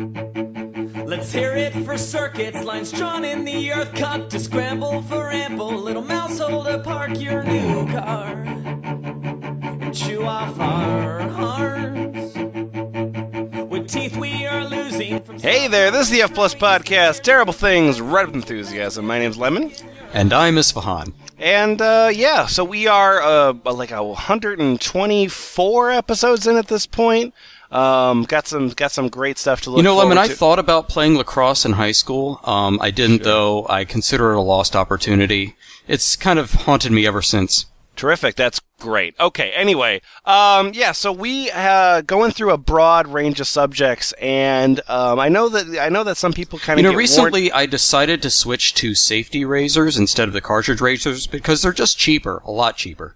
Let's hear it for circuits, lines drawn in the earth, cut to scramble for ample. Little mouse hole to park your new car and chew off our hearts. With teeth we are losing from. Hey there, this is the F Plus Podcast. Terrible things, right up enthusiasm. My name's Lemon. And I'm Isfahan. And uh, yeah, so we are uh, like a 124 episodes in at this point. Um, got some got some great stuff to look. You know, Lemon, forward I to. thought about playing lacrosse in high school. Um, I didn't, though. I consider it a lost opportunity. It's kind of haunted me ever since. Terrific. That's great. Okay. Anyway, um, yeah. So we uh, going through a broad range of subjects, and um, I know that I know that some people kind of You know, recently I decided to switch to safety razors instead of the cartridge razors because they're just cheaper, a lot cheaper.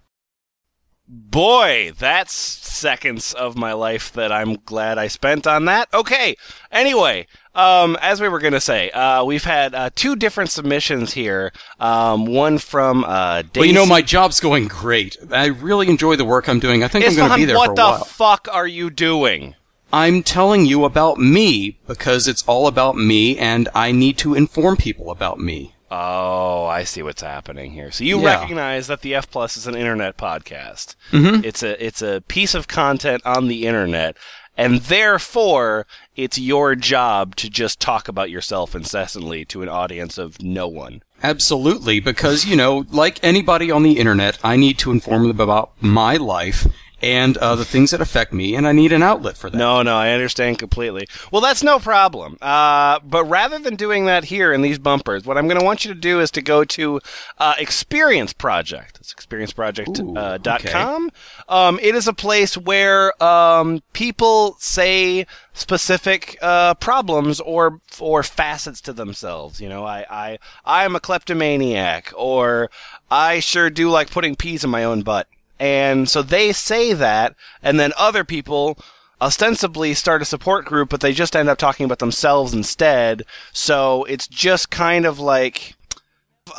Boy, that's seconds of my life that I'm glad I spent on that. Okay. Anyway, um, as we were gonna say, uh, we've had uh, two different submissions here. Um, one from uh, Daisy. Well, you know, my job's going great. I really enjoy the work I'm doing. I think I'm going to Isfahan, be there what for a the while. fuck are you doing? I'm telling you about me because it's all about me, and I need to inform people about me. Oh, I see what's happening here. So you Yeah. recognize that the F Plus is an internet podcast. Mm-hmm. It's a it's a piece of content on the internet, and therefore it's your job to just talk about yourself incessantly to an audience of no one. Absolutely, because, you know, like anybody on the internet, I need to inform them about my life and uh, the things that affect me, and I need an outlet for that. No, no, I understand completely. Well, that's no problem. Uh, but rather than doing that here in these bumpers, what I'm going to want you to do is to go to uh, Experience Project. It's experienceproject.com. Uh, Ooh, dot okay. com. um, it is a place where um, people say specific uh, problems or or facets to themselves. You know, I I I am a kleptomaniac, or I sure do like putting peas in my own butt. And so they say that, and then other people ostensibly start a support group, but they just end up talking about themselves instead. So it's just kind of like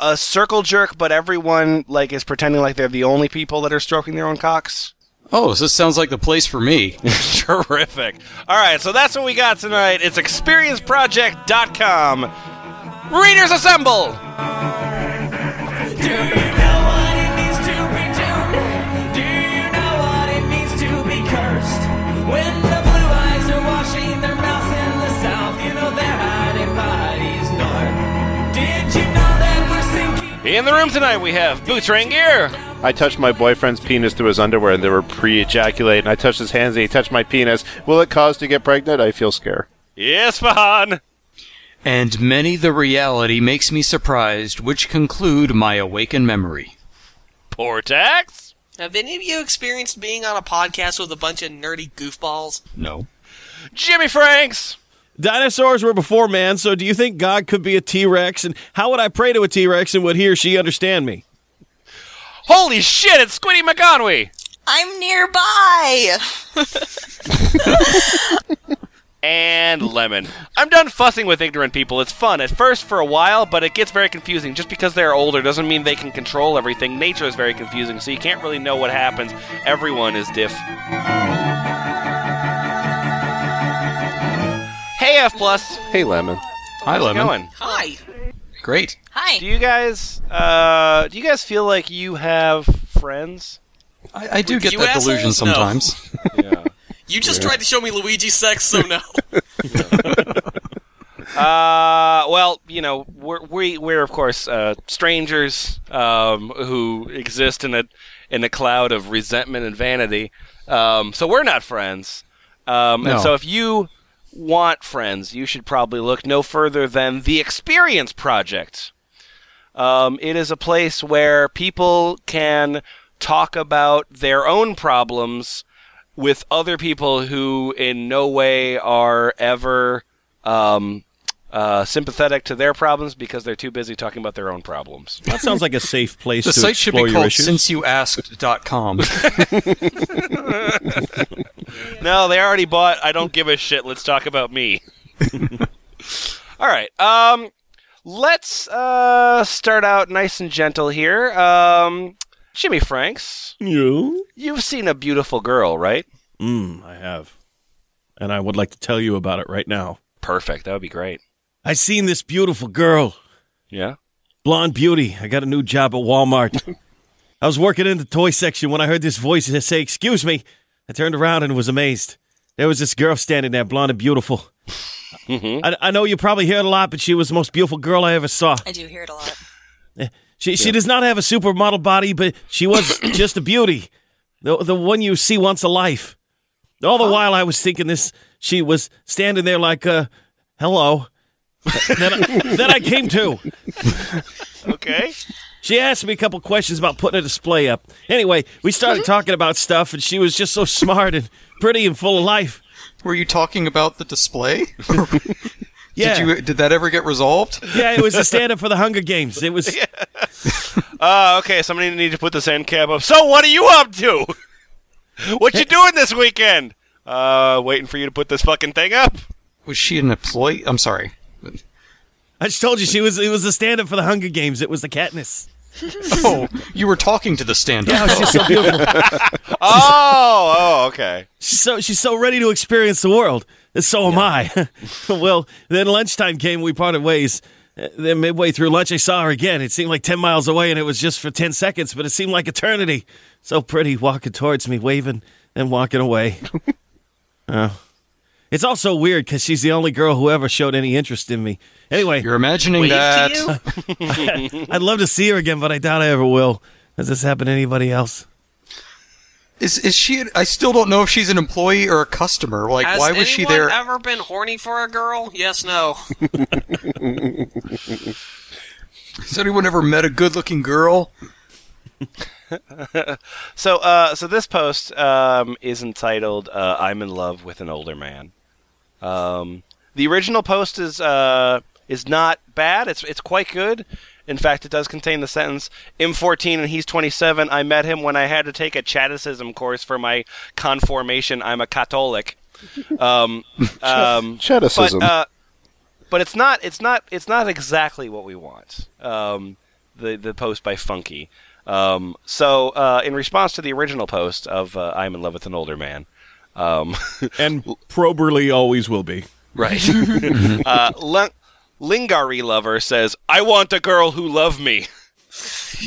a circle jerk, but everyone like is pretending like they're the only people that are stroking their own cocks. Oh, so this sounds like the place for me. Terrific. All right, so that's what we got tonight. It's experienceproject.com. Readers assemble. Do you know what it means to be doomed? Do you know what it means to be cursed? When the blue eyes are washing their mouths in the south, you know they're hiding bodies north. Did you know that we're sinking? In the room tonight we have Boots Rangier. I touched my boyfriend's penis through his underwear and they were pre ejaculate, and I touched his hands and he touched my penis. Will it cause to get pregnant? I feel scared. Yes, Fahan. and many the reality makes me surprised, which conclude my awakened memory. Portax. Have any of you experienced being on a podcast with a bunch of nerdy goofballs? No. Jimmy Franks. Dinosaurs were before man, so do you think God could be a T Rex? And how would I pray to a T Rex and would he or she understand me? Holy shit, it's Squiddy McGonwee. I'm nearby. and lemon. I'm done fussing with ignorant people. It's fun at first for a while, but it gets very confusing. Just because they're older doesn't mean they can control everything. Nature is very confusing, so you can't really know what happens. Everyone is diff. Hey F plus, Hey, Lemon. Hi, Lemon. going. Hi. Great. Do Hi. you guys uh, do you guys feel like you have friends? I, I do get you that delusion assholes? No. sometimes. You just tried to show me Luigi sex, so no. Uh, well, you know, we're, we we're of course uh, strangers um, who exist in a in a cloud of resentment and vanity. Um, so we're not friends. Um, And No. so if you want friends, you should probably look no further than the Experience Project. Um, it is a place where people can talk about their own problems with other people who in no way are ever um, uh, sympathetic to their problems because they're too busy talking about their own problems. That sounds like a safe place The to site should be explore your called issues. sinceyouasked.com. no, they already bought. I don't give a shit. Let's talk about me. All right. Um, let's uh, start out nice and gentle here. Um, Jimmy Franks, You? you've seen a beautiful girl, right? Mm, I have. And I would like to tell you about it right now. Perfect. That would be great. I seen this beautiful girl, Yeah. blonde beauty. I got a new job at Walmart. I was working in the toy section when I heard this voice say, "Excuse me." I turned around and was amazed. There was this girl standing there, blonde and beautiful. I, I know you probably hear it a lot, but she was the most beautiful girl I ever saw. I do hear it a lot. Eh, She she does not have a supermodel body, but she was just a beauty, the the one you see once a life. All the while, I was thinking this. She was standing there like, uh, "Hello." then, I, then I came to. Okay. She asked me a couple questions about putting a display up. Anyway, we started talking about stuff, and she was just so smart and pretty and full of life. Were you talking about the display? Yeah, Did you did that ever get resolved? yeah, it was the stand up for the Hunger Games. It was Uh, okay, somebody need to put this end cap up. So what are you up to? what you doing this weekend? Uh, waiting for you to put this fucking thing up. Was she an employee? I'm sorry. I just told you she was. It was the stand up for the Hunger Games. It was the Katniss. Oh, you were talking to the stand-up. Oh, she's so beautiful. Oh, oh, okay. She's so she's so ready to experience the world. And So am I. well, then lunchtime came. We parted ways. Uh, Then midway through lunch, I saw her again. It seemed like ten miles away, and it was just for ten seconds, but it seemed like eternity. So pretty, walking towards me, waving and walking away. oh. It's also weird because she's the only girl who ever showed any interest in me. Anyway, You're imagining Wave that. to you? I'd love to see her again, but I doubt I ever will. Has this happened to anybody else? Is is she? I still don't know if she's an employee or a customer. Like, Has why was she anyone there? ever been horny for a girl? Yes, no. Has anyone ever met a good-looking girl? So, uh, so this post um, is entitled uh, "I'm in love with an older man." Um, the original post is uh, is not bad. It's it's quite good. In fact, it does contain the sentence "M14 and he's 27. I met him when I had to take a Chatticism course for my conformation. I'm a Catholic." Um, um, Chatticism. But, uh, but it's not it's not it's not exactly what we want. Um, the the post by Funky. Um, so uh, in response to the original post of uh, "I'm in love with an older man," um, And proberly always will be. right? uh, Lin- Lingari lover says, "I want a girl who love me,"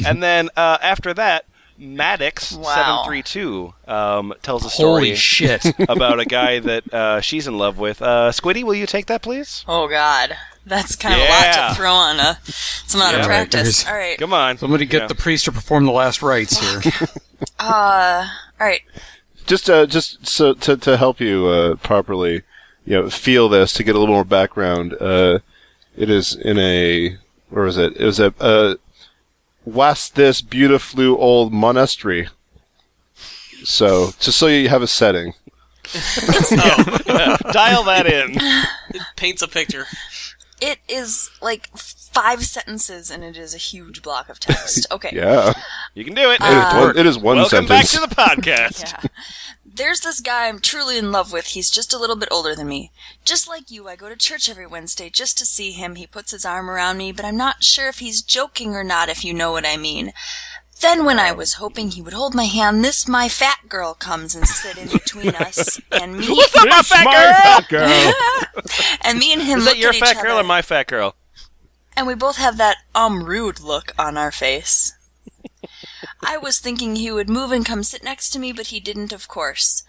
and then uh, after that, Maddox Wow. seven three two um, tells a story Holy shit! about a guy that uh, she's in love with. Uh, Squiddy, will you take that, please? Oh God, that's kind of a lot Yeah. to throw on a someone out Yeah, of right, practice. there's- all right, Come on, Somebody get Yeah. the priest to perform the last rites here. Uh, all right. just uh, just so to to help you uh, properly, you know, feel this to get a little more background. Uh, it is in a where is it? It was a uh, was this beautiful old monastery. So just so you have a setting. dial that in. Paints a picture. It is like five sentences, and it is a huge block of text. Okay. Uh, Yeah, You can do it. It is one, it is one Welcome back to sentence. the podcast. Yeah. There's this guy I'm truly in love with. He's just a little bit older than me. Just like you, I go to church every Wednesday just to see him. He puts his arm around me, but I'm not sure if he's joking or not, if you know what I mean. Then, when I was hoping he would hold my hand, this my fat girl comes and sit in between us and me, and me and him Is look that your at each fat girl other, or my fat girl? and we both have that um rude look on our face. I was thinking he would move and come sit next to me, but he didn't, of course.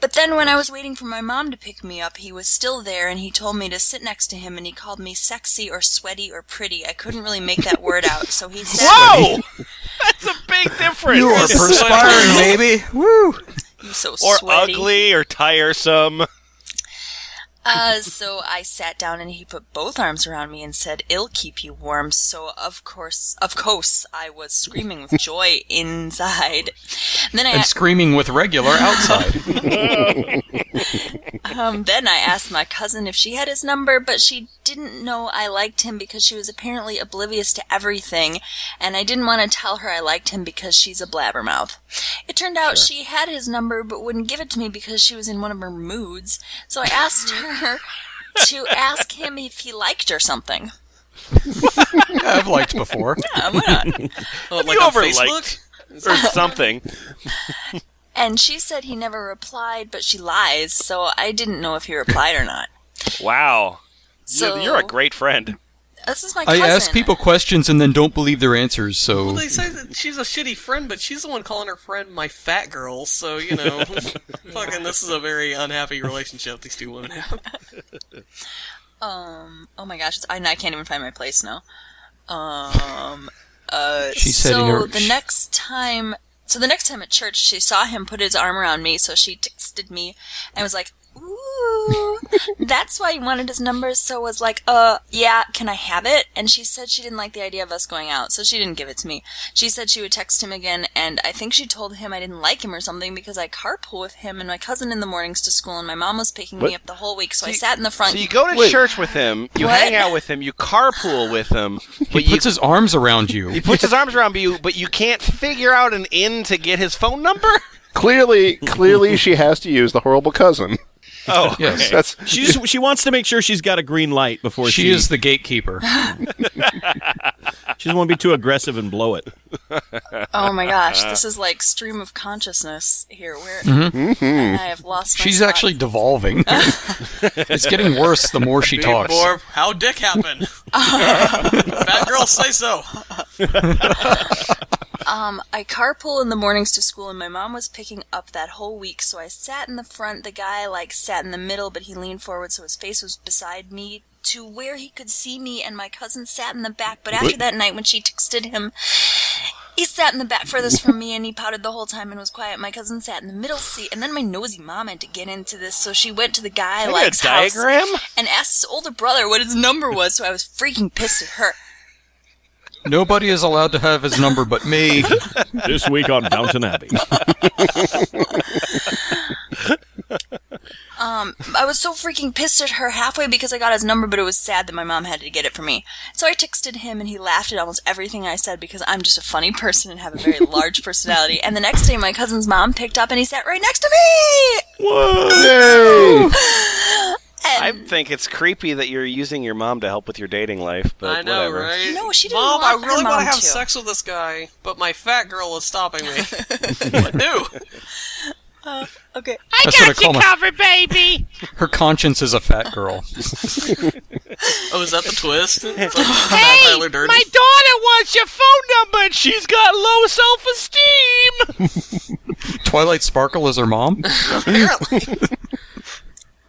But then when I was waiting for my mom to pick me up, he was still there and he told me to sit next to him and he called me sexy or sweaty or pretty. I couldn't really make that word out, so he said Whoa! That's a big difference. you are perspiring, baby. Woo! you so or sweaty. ugly or tiresome. Uh, so I sat down and he put both arms around me and said, "It'll keep you warm." So of course, of course, I was screaming with joy inside. then I And screaming with regular outside. Um, then I asked my cousin if she had his number, but she didn't know I liked him because she was apparently oblivious to everything, and I didn't want to tell her I liked him because she's a blabbermouth. It turned out she had his number but wouldn't give it to me because she was in one of her moods, so I asked her to ask him if he liked or something. I've liked before. Uh, why not? Oh, like you on ever Facebook? liked- or something. And she said he never replied, but she lies, so I didn't know if he replied or not. Wow. So You're a great friend. This is my I cousin. ask people questions and then don't believe their answers. So They say that she's a shitty friend, but she's the one calling her friend my fat girl, so, you know. fucking, this is a very unhappy relationship these two women have. Um. Oh my gosh, it's, I, I can't even find my place now. Um. Uh. She said so in her- the she- next time, so the next time at church, she saw him put his arm around me, so she texted me and was like, "Ooh, that's why he wanted his number." So was like, "Uh, yeah, can I have it?" And she said she didn't like the idea of us going out, so she didn't give it to me. She said she would text him again, and I think she told him I didn't like him or something because I carpool with him and my cousin in the mornings to school, and my mom was picking me What? up the whole week, so I sat in the front. So you go to Wait. church with him, you What? hang out with him, you carpool with him, he but you puts his arms around you. he puts his arms around you, but you can't figure out an end to get his phone number. Clearly, clearly, she has to use the horrible cousin. Oh, Yes. That's She just, she wants to make sure she's got a green light before she, She is the gatekeeper. She doesn't want to be too aggressive and blow it. Oh my gosh, this is like stream of consciousness here. Where I have lost. My She's spot. actually devolving. it's getting worse the more she talks. Or, how dick happen? fat girl say so. Um, I carpool in the mornings to school, and my mom was picking up that whole week. So I sat in the front. The guy like sat in the middle, but he leaned forward, so his face was beside me to where he could see me. And my cousin sat in the back. But after that night, when she texted him. He sat in the back furthest from me and he pouted the whole time and was quiet. My cousin sat in the middle seat and then my nosy mom had to get into this, so she went to the guy Maybe a like diagram. and asked his older brother what his number was, so I was freaking pissed at her. Nobody is allowed to have his number but me. This week on Downton Abbey. Um, I was so freaking pissed at her halfway because I got his number, but it was sad that my mom had to get it for me. So I texted him and he laughed at almost everything I said because I'm just a funny person and have a very large personality. And the next day, my cousin's mom picked up and he sat right next to me! yay! I think it's creepy that you're using your mom to help with your dating life, but I know, whatever. right? No, she didn't Mom, want I her really mom to have to. sex with this guy, but my fat girl is stopping me. what do? Uh, Okay. I got, you covered, baby. Her conscience is a fat girl. Oh, is that the twist? It's like, hey, Tyler Durden. daughter wants your phone number, and she's got low self-esteem. Twilight Sparkle is her mom. Apparently.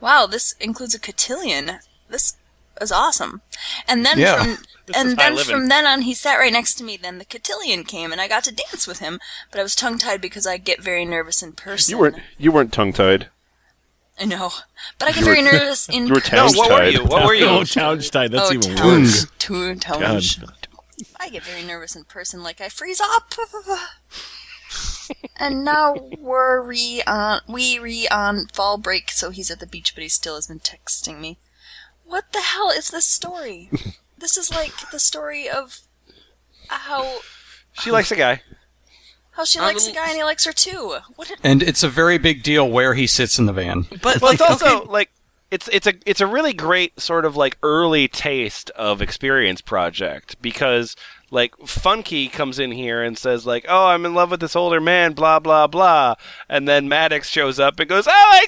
Wow, this includes a cotillion. This is awesome. And then Yeah. from and high then living. from then on he sat right next to me. Then the cotillion came and I got to dance with him, but I was tongue tied because I get very nervous in person. You weren't you weren't tongue tied. I know. But I get very nervous in You were No, tongue what were you? What were Oh, you? Townstein, that's Oh, even tongue- worse. tongue- tongue- I get very nervous in person, like I freeze up. and now we're re on we re on fall break, so he's at the beach, but he still has been texting me. What the hell is this story? this is like the story of how She likes a guy. how she I'm- likes a guy and he likes her too. What? A, And it's a very big deal where he sits in the van. But, Well, like, it's also okay, like it's it's a it's a really great sort of like early taste of experience project because like Funky comes in here and says like, "Oh, I'm in love with this older man," blah blah blah, and then Maddox shows up and goes, "I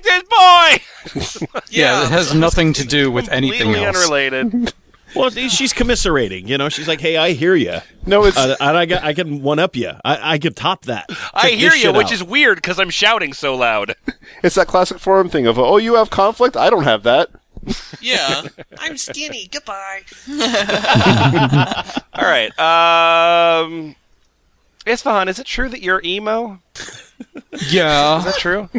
like this boy." Yeah, it has nothing to do with anything Completely else. unrelated. Well, she's commiserating. You know, she's like, "Hey, I hear you. No, it's Uh, and I, got, I can one up you. I, I can top that. I Check hear this you, shit which out." is weird because I'm shouting so loud. it's that classic forum thing of oh you have conflict I don't have that. yeah. I'm skinny. Goodbye. All right, um, Isfahan, is it true that you're emo? Is Yeah, that true?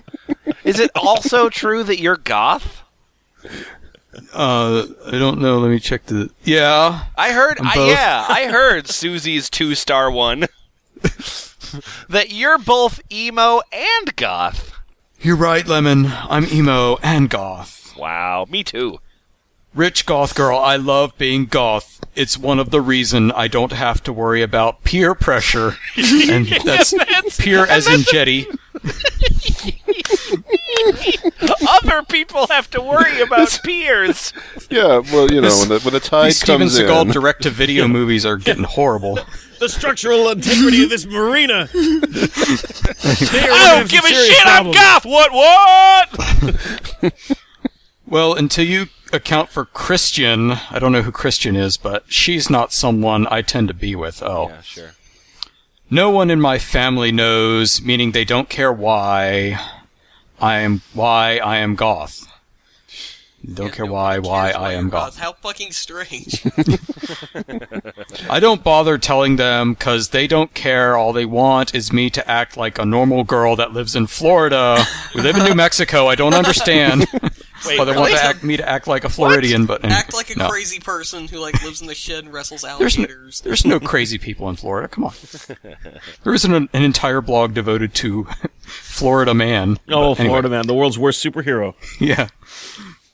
is it also true that you're goth? uh, I don't know. Let me check the. Yeah, I heard, I, both. yeah, I heard Susie's two star one. that you're both emo and goth. you're right, Lemon. I'm emo and goth. Wow, me too. Rich goth girl, I love being goth. It's one of the reason I don't have to worry about peer pressure, and that's, peer as in jetty. Other people have to worry about peers. Yeah, well you know when the when the tide These Steven comes Seagal in. direct to video movies are getting horrible. the structural integrity of this marina. I I don't give a shit. I'm goth. What? What? Well, until you account for Christian, I don't know who Christian is, but she's not someone I tend to be with. Oh. Yeah, sure. No one in my family knows, meaning they don't care why I am why I am goth. They don't care why why I am goth. How fucking strange. I don't bother telling them because they don't care. All they want is me to act like a normal girl that lives in Florida. We live in New Mexico. I don't understand. Wait, they want really? to act, me to act like a Floridian, but anyway, Act like a no. crazy person who like lives in the shed and wrestles There's no, alligators. there's no crazy people in Florida. Come on. There isn't an, an entire blog devoted to Florida man. Oh, But anyway, Florida man, the world's worst superhero. Yeah.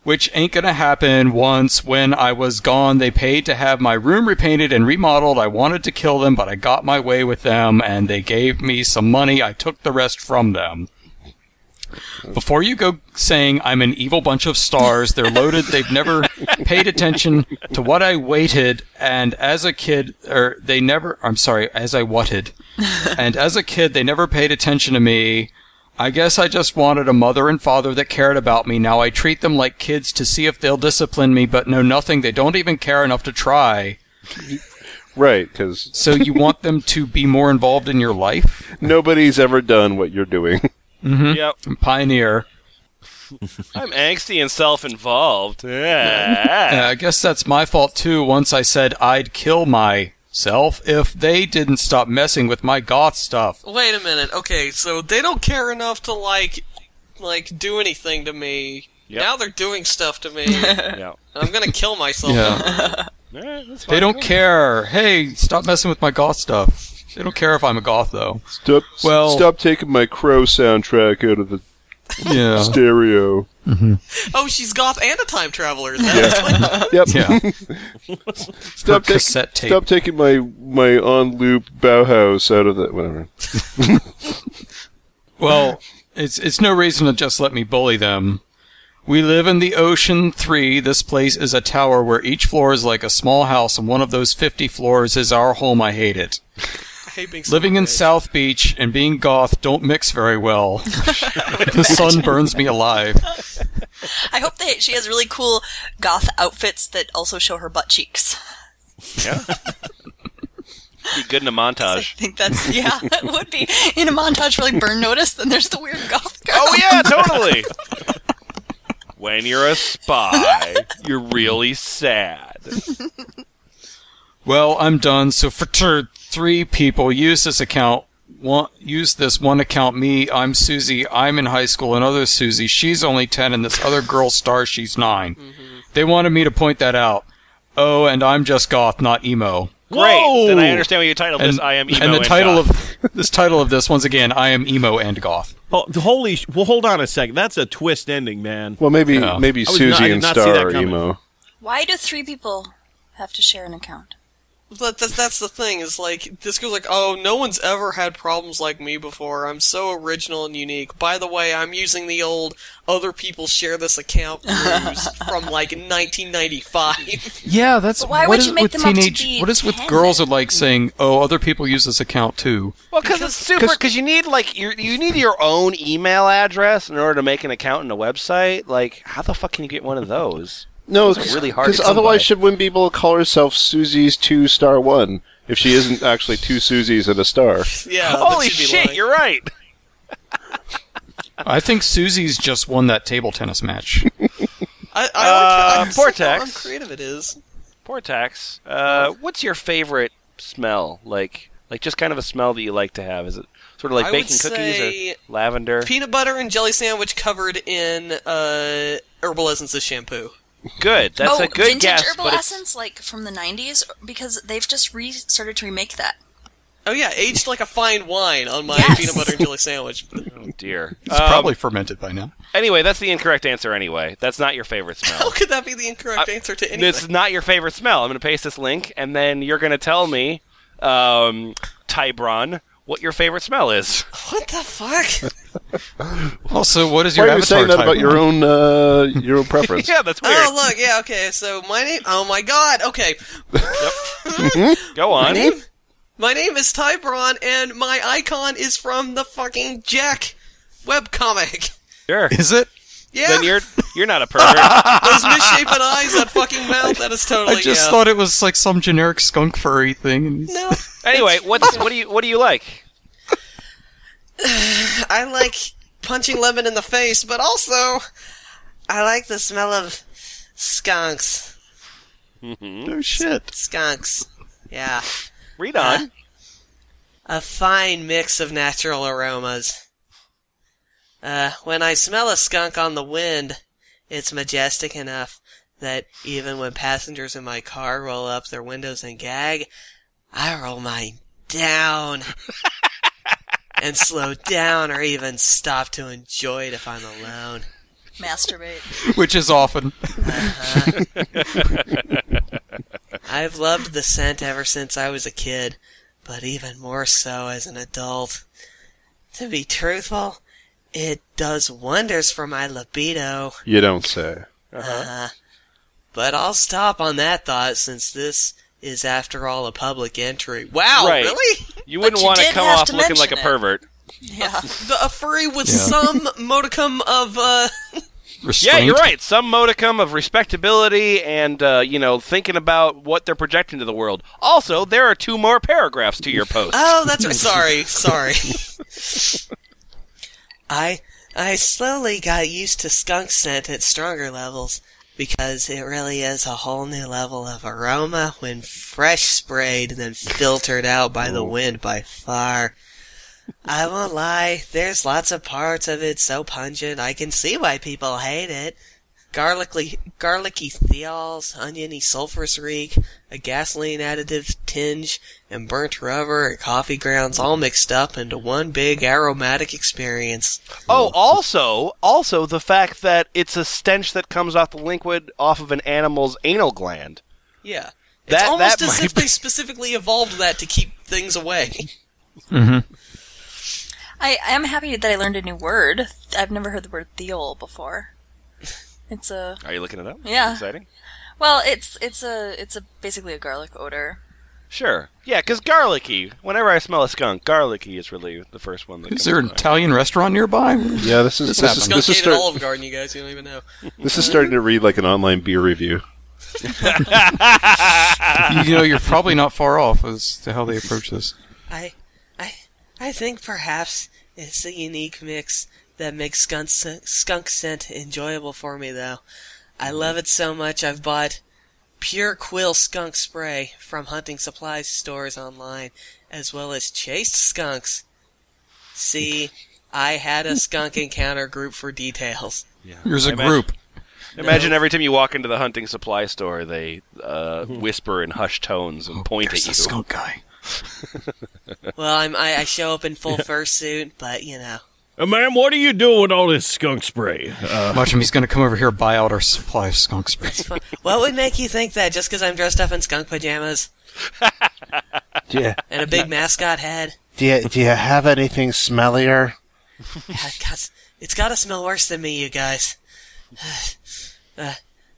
Which ain't gonna happen once when I was gone. They paid to have my room repainted and remodeled. I wanted to kill them, but I got my way with them and they gave me some money. I took the rest from them. Before you go saying I'm an evil bunch of stars, they're loaded. They've never paid attention to what I waited, and as a kid, or they never. I'm sorry, as I whatted, and as a kid, they never paid attention to me. I guess I just wanted a mother and father that cared about me. Now I treat them like kids to see if they'll discipline me, but know nothing. They don't even care enough to try. Right, because So you want them to be more involved in your life? Mm-hmm. nobody's ever done what you're doing. Yep. Pioneer. I'm angsty and self-involved. Yeah. Yeah, Uh, I guess that's my fault too. Once I said I'd kill myself if they didn't stop messing with my goth stuff. Wait a minute. Okay, so they don't care enough to like like do anything to me. Yep. Now they're doing stuff to me. yeah. I'm gonna kill myself. They don't care. Hey, stop messing with my goth stuff. They don't care if I'm a goth though. Stop, Well- stop taking my Crow soundtrack out of the Yeah. stereo. Oh, she's goth and a time traveler. That's like, Yep. Yeah. Her Stop, taking- cassette tape. stop taking my my on loop Bauhaus out of the whatever. Well, it's it's no reason to just let me bully them. We live in the Ocean 3. This place is a tower where each floor is like a small house and one of those 50 floors is our home. I hate it. I hate being so Living in rich. South Beach and being goth don't mix very well. the sun burns me alive. I hope that she has really cool goth outfits that also show her butt cheeks. Be good in a I montage. think that's yeah, that would be in a montage for like Burn Notice. Then there's the weird goth girl. Oh yeah, totally. when you're a spy, you're really sad. Well, I'm done. So for tur- three people, use this account. One, use this one account. Me, I'm Susie. I'm in high school. Another Susie. She's only ten, and this other girl star. She's 9 Mm-hmm. They wanted me to point that out. Oh, and I'm just goth, not emo. Great. Whoa! Then I understand what you titled And this. I am emo And the title goth. of this title of this once again, I am emo and goth. Oh, holy! Sh- well, hold on a second. That's a twist ending, man. Well, maybe Yeah. maybe I was not- I Susie did and not see that Star are coming. emo. Why do three people have to share an account? But that, that's the thing is like this girl's like, oh, no one's ever had problems like me before. I'm so original and unique. By the way, I'm using the old other people share this account ruse from like 1995. Yeah, that's But why what would is you make with them up to teenage. be what is with 10? girls are like saying, "Oh, other people use this account too." Well, because it's super. Because you need like your, you need your own email address in order to make an account and a website. Like, how the fuck can you get one of those? No, Those are really hard Because to come otherwise, by. should when people call herself Susie's two star one if she isn't actually two Susies and a star? yeah, that Holy should be shit! lying. You're right. I think Susie's just won that table tennis match. I, I like, Uh, I'm so- Vortex. how creative it is. Poor tax. Uh, what's your favorite smell? Like, like just kind of a smell that you like to have. Is it sort of like I would baking cookies say or lavender? Peanut butter and jelly sandwich covered in uh, herbal essences shampoo. Good. That's oh, a good vintage guess. herbal but it's- essence, like from the '90s, because they've just re started to remake that. Oh yeah, aged like a fine wine on my Yes. peanut butter and jelly sandwich. oh dear. It's Um, probably fermented by now. Anyway, that's the incorrect answer. Anyway, that's not your favorite How smell. could that be the incorrect answer to anything? This is not your favorite smell. I'm going to paste this link, and then you're going to tell me, um, Tybron, what your favorite smell is. What the fuck? Also, what is your Why are you avatar saying that type? about your own uh, your own preference? yeah, that's weird. Oh look, yeah, Mm-hmm. okay. So my name. Oh my god. Okay, Go on. name My name is Tybron, and my icon is from the fucking Jack webcomic. Sure. Is it? Yeah, then you're you're not a pervert. those misshapen eyes, that fucking mouth, that is totally. I just yeah. thought it was like some generic skunk furry thing. No, anyway, what's what do you what do you like? I like punching lemon in the face, but also I like the smell of skunks. Mm-hmm. Oh, No shit. Skunks. Yeah. Read on. A fine mix of natural aromas. Uh, when I smell a skunk on the wind, it's majestic enough that even when passengers in my car roll up their windows and gag, I roll mine down and slow down or even stop to enjoy it if I'm alone. Masturbate. Which is often. Uh-huh. I've loved the scent ever since I was a kid, but even more so as an adult. To be truthful, it does wonders for my libido. Uh, You don't say. Uh-huh. But I'll stop on that thought since this is, after all, a public entry. Wow, Right. really? You wouldn't you want to did come have off to looking like a mention it. pervert. Yeah. The, a furry with some modicum of, uh, Yeah, Restraint. you're right. Some modicum of respectability and uh, you know thinking about what they're projecting to the world. Also, there are two more paragraphs to your post. oh, that's right. Sorry, sorry. I, I slowly got used to skunk scent at stronger levels because it really is a whole new level of aroma when fresh sprayed and then filtered out by the wind by far. I won't lie, there's lots of parts of it so pungent I can see why people hate it. Garlicky, garlicky theols, oniony sulfurous reek, a gasoline additive tinge, and burnt rubber and coffee grounds all mixed up into one big aromatic experience. Oh, also, also the fact that it's a stench that comes off the liquid off of an animal's anal gland. Yeah. It's That- almost that as might if they specifically evolved that to keep things away. I, I am happy that I learned a new word. I've never heard the word theol before. It's a Are you looking it up? Yeah. Exciting. well, it's it's a it's a basically a garlic odor. Sure. Yeah, because garlicky. Whenever I smell a skunk, garlicky is really the first one that Is comes there to an mind. Italian restaurant nearby? Yeah, this is This this is happened. this is, Skunk ate an start, Olive Garden, you guys. You don't even know. this is starting to read like an online beer review. you know, you're probably not far off as to how they approach this. I, I, I think perhaps it's the unique mix that makes skunk s- skunk scent enjoyable for me, though. I love it so much I've bought pure quill skunk spray from hunting supply stores online, as well as chased skunks. See, I had a skunk encounter group for details. There's a imagine- group. Imagine every time you walk into the hunting supply store, they uh, whisper in hushed tones and point Oh, There's at you. a skunk guy. Well, I'm, I, I show up in full fursuit, but you know. Uh, ma'am, what are you doing with all this skunk spray? Uh, Watch him. He's going to come over here and buy out our supply of skunk spray. What would make you think that just because I'm dressed up in skunk pajamas Yeah. and a big mascot head? Do you, do you have anything smellier? God, God, it's gotta smell worse than me, you guys. Uh,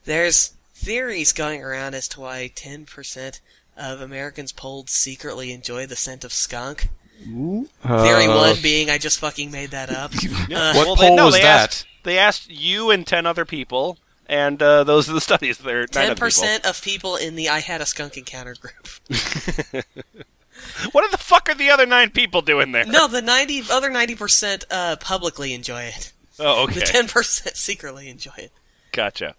there's theories going around as to why 10% of Americans polled secretly enjoy the scent of skunk. Theory Uh, one being I just fucking made that up. Uh, What Well, poll they, no, was they that? Asked, they asked you and ten other people, and uh, those are the studies. There, are nine Ten other percent of people in the I had a skunk encounter group. people. What the fuck are the other nine people doing there? No, the ninety other ninety percent uh, publicly enjoy it. Oh, okay. The ten percent secretly enjoy it. gotcha.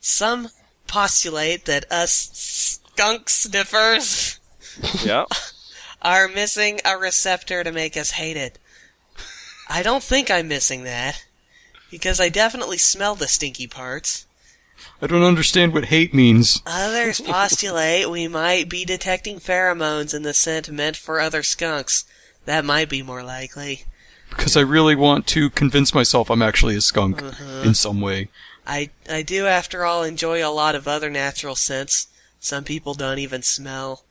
Some postulate that us skunk sniffers Yeah. are missing a receptor to make us hate it. I don't think I'm missing that, because I definitely smell the stinky parts. I don't understand what hate means. Others postulate we might be detecting pheromones in the scent meant for other skunks. That might be more likely. Because I really want to convince myself I'm actually a skunk Uh-huh. in some way. I I do after all enjoy a lot of other natural scents. Some people don't even smell.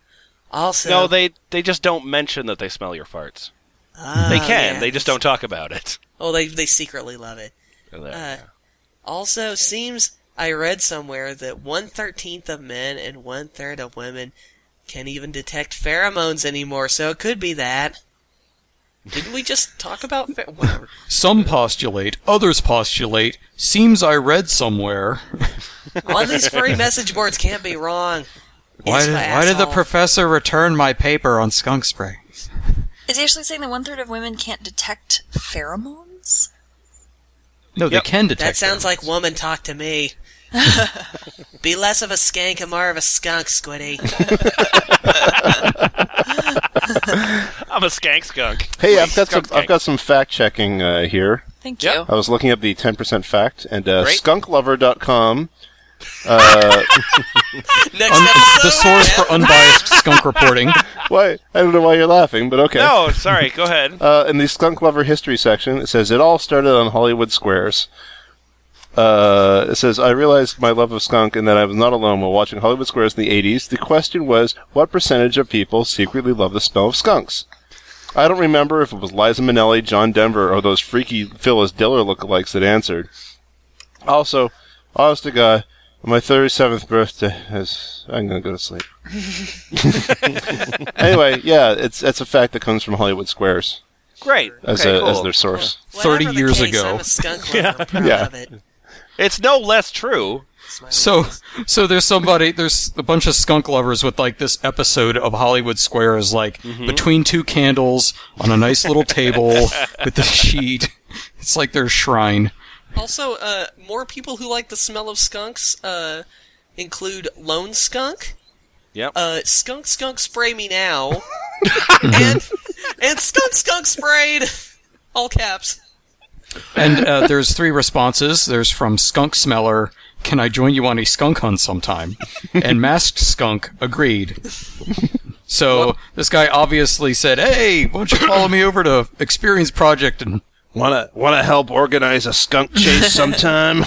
Also, No, they they just don't mention that they smell your farts. Ah, They can. yeah. They just don't talk about it. Oh, they they secretly love it. Oh, Uh, also, seems I read somewhere that one thirteenth of men and one third of women Can't even detect pheromones anymore, so it could be that. Didn't we just talk about pher- whatever? Some postulate, others postulate. Seems I read somewhere. One of these free message boards can't be wrong. Why Yes, did, my why did the asshole. professor return my paper on skunk spray? Is he actually saying that one third of women can't detect pheromones? No, Yep. they can detect. That sounds them. like woman talk to me. Be less of a skank and more of a skunk, Squiddy. I'm a skank skunk. Hey, I've got some. skunk I've got some fact checking uh, here. Thank Yep. you. I was looking up the 10% fact, and uh, Great. skunklover.com. uh, Next Un- episode. the source for unbiased skunk reporting. Why? I don't know why you're laughing, but okay. No, sorry. Go ahead. Uh, in the skunk lover history section, it says it all started on Hollywood Squares. Uh, it says I realized my love of skunk and that I was not alone while watching Hollywood Squares in the 80s. The question was, what percentage of people secretly love the smell of skunks? I don't remember if it was Liza Minnelli, John Denver, or those freaky Phyllis Diller lookalikes that answered. Also, honest to God, on my 37th birthday, is, I'm going to go to sleep. anyway, yeah, it's that's a fact that comes from Hollywood Squares Great. as okay, a, cool. as their source. Whatever 30 the years case, ago. I'm a skunk lover. I'm proud Yeah. of it. It's no less true. So, so there's somebody, there's a bunch of skunk lovers with like this episode of Hollywood Square is like Mm-hmm. between two candles on a nice little table with the sheet. It's like their shrine. Also, uh, more people who like the smell of skunks uh, include Lone Skunk, Yep. uh, Skunk Skunk Spray Me Now, and, and Skunk Skunk Sprayed! All caps. And uh, there's three responses. There's from Skunk Smeller, "Can I join you on a skunk hunt sometime?" and Masked Skunk agreed. So this guy obviously said, "Hey, why don't you follow me over to Experience Project?" And Wanna wanna help organize a skunk chase sometime?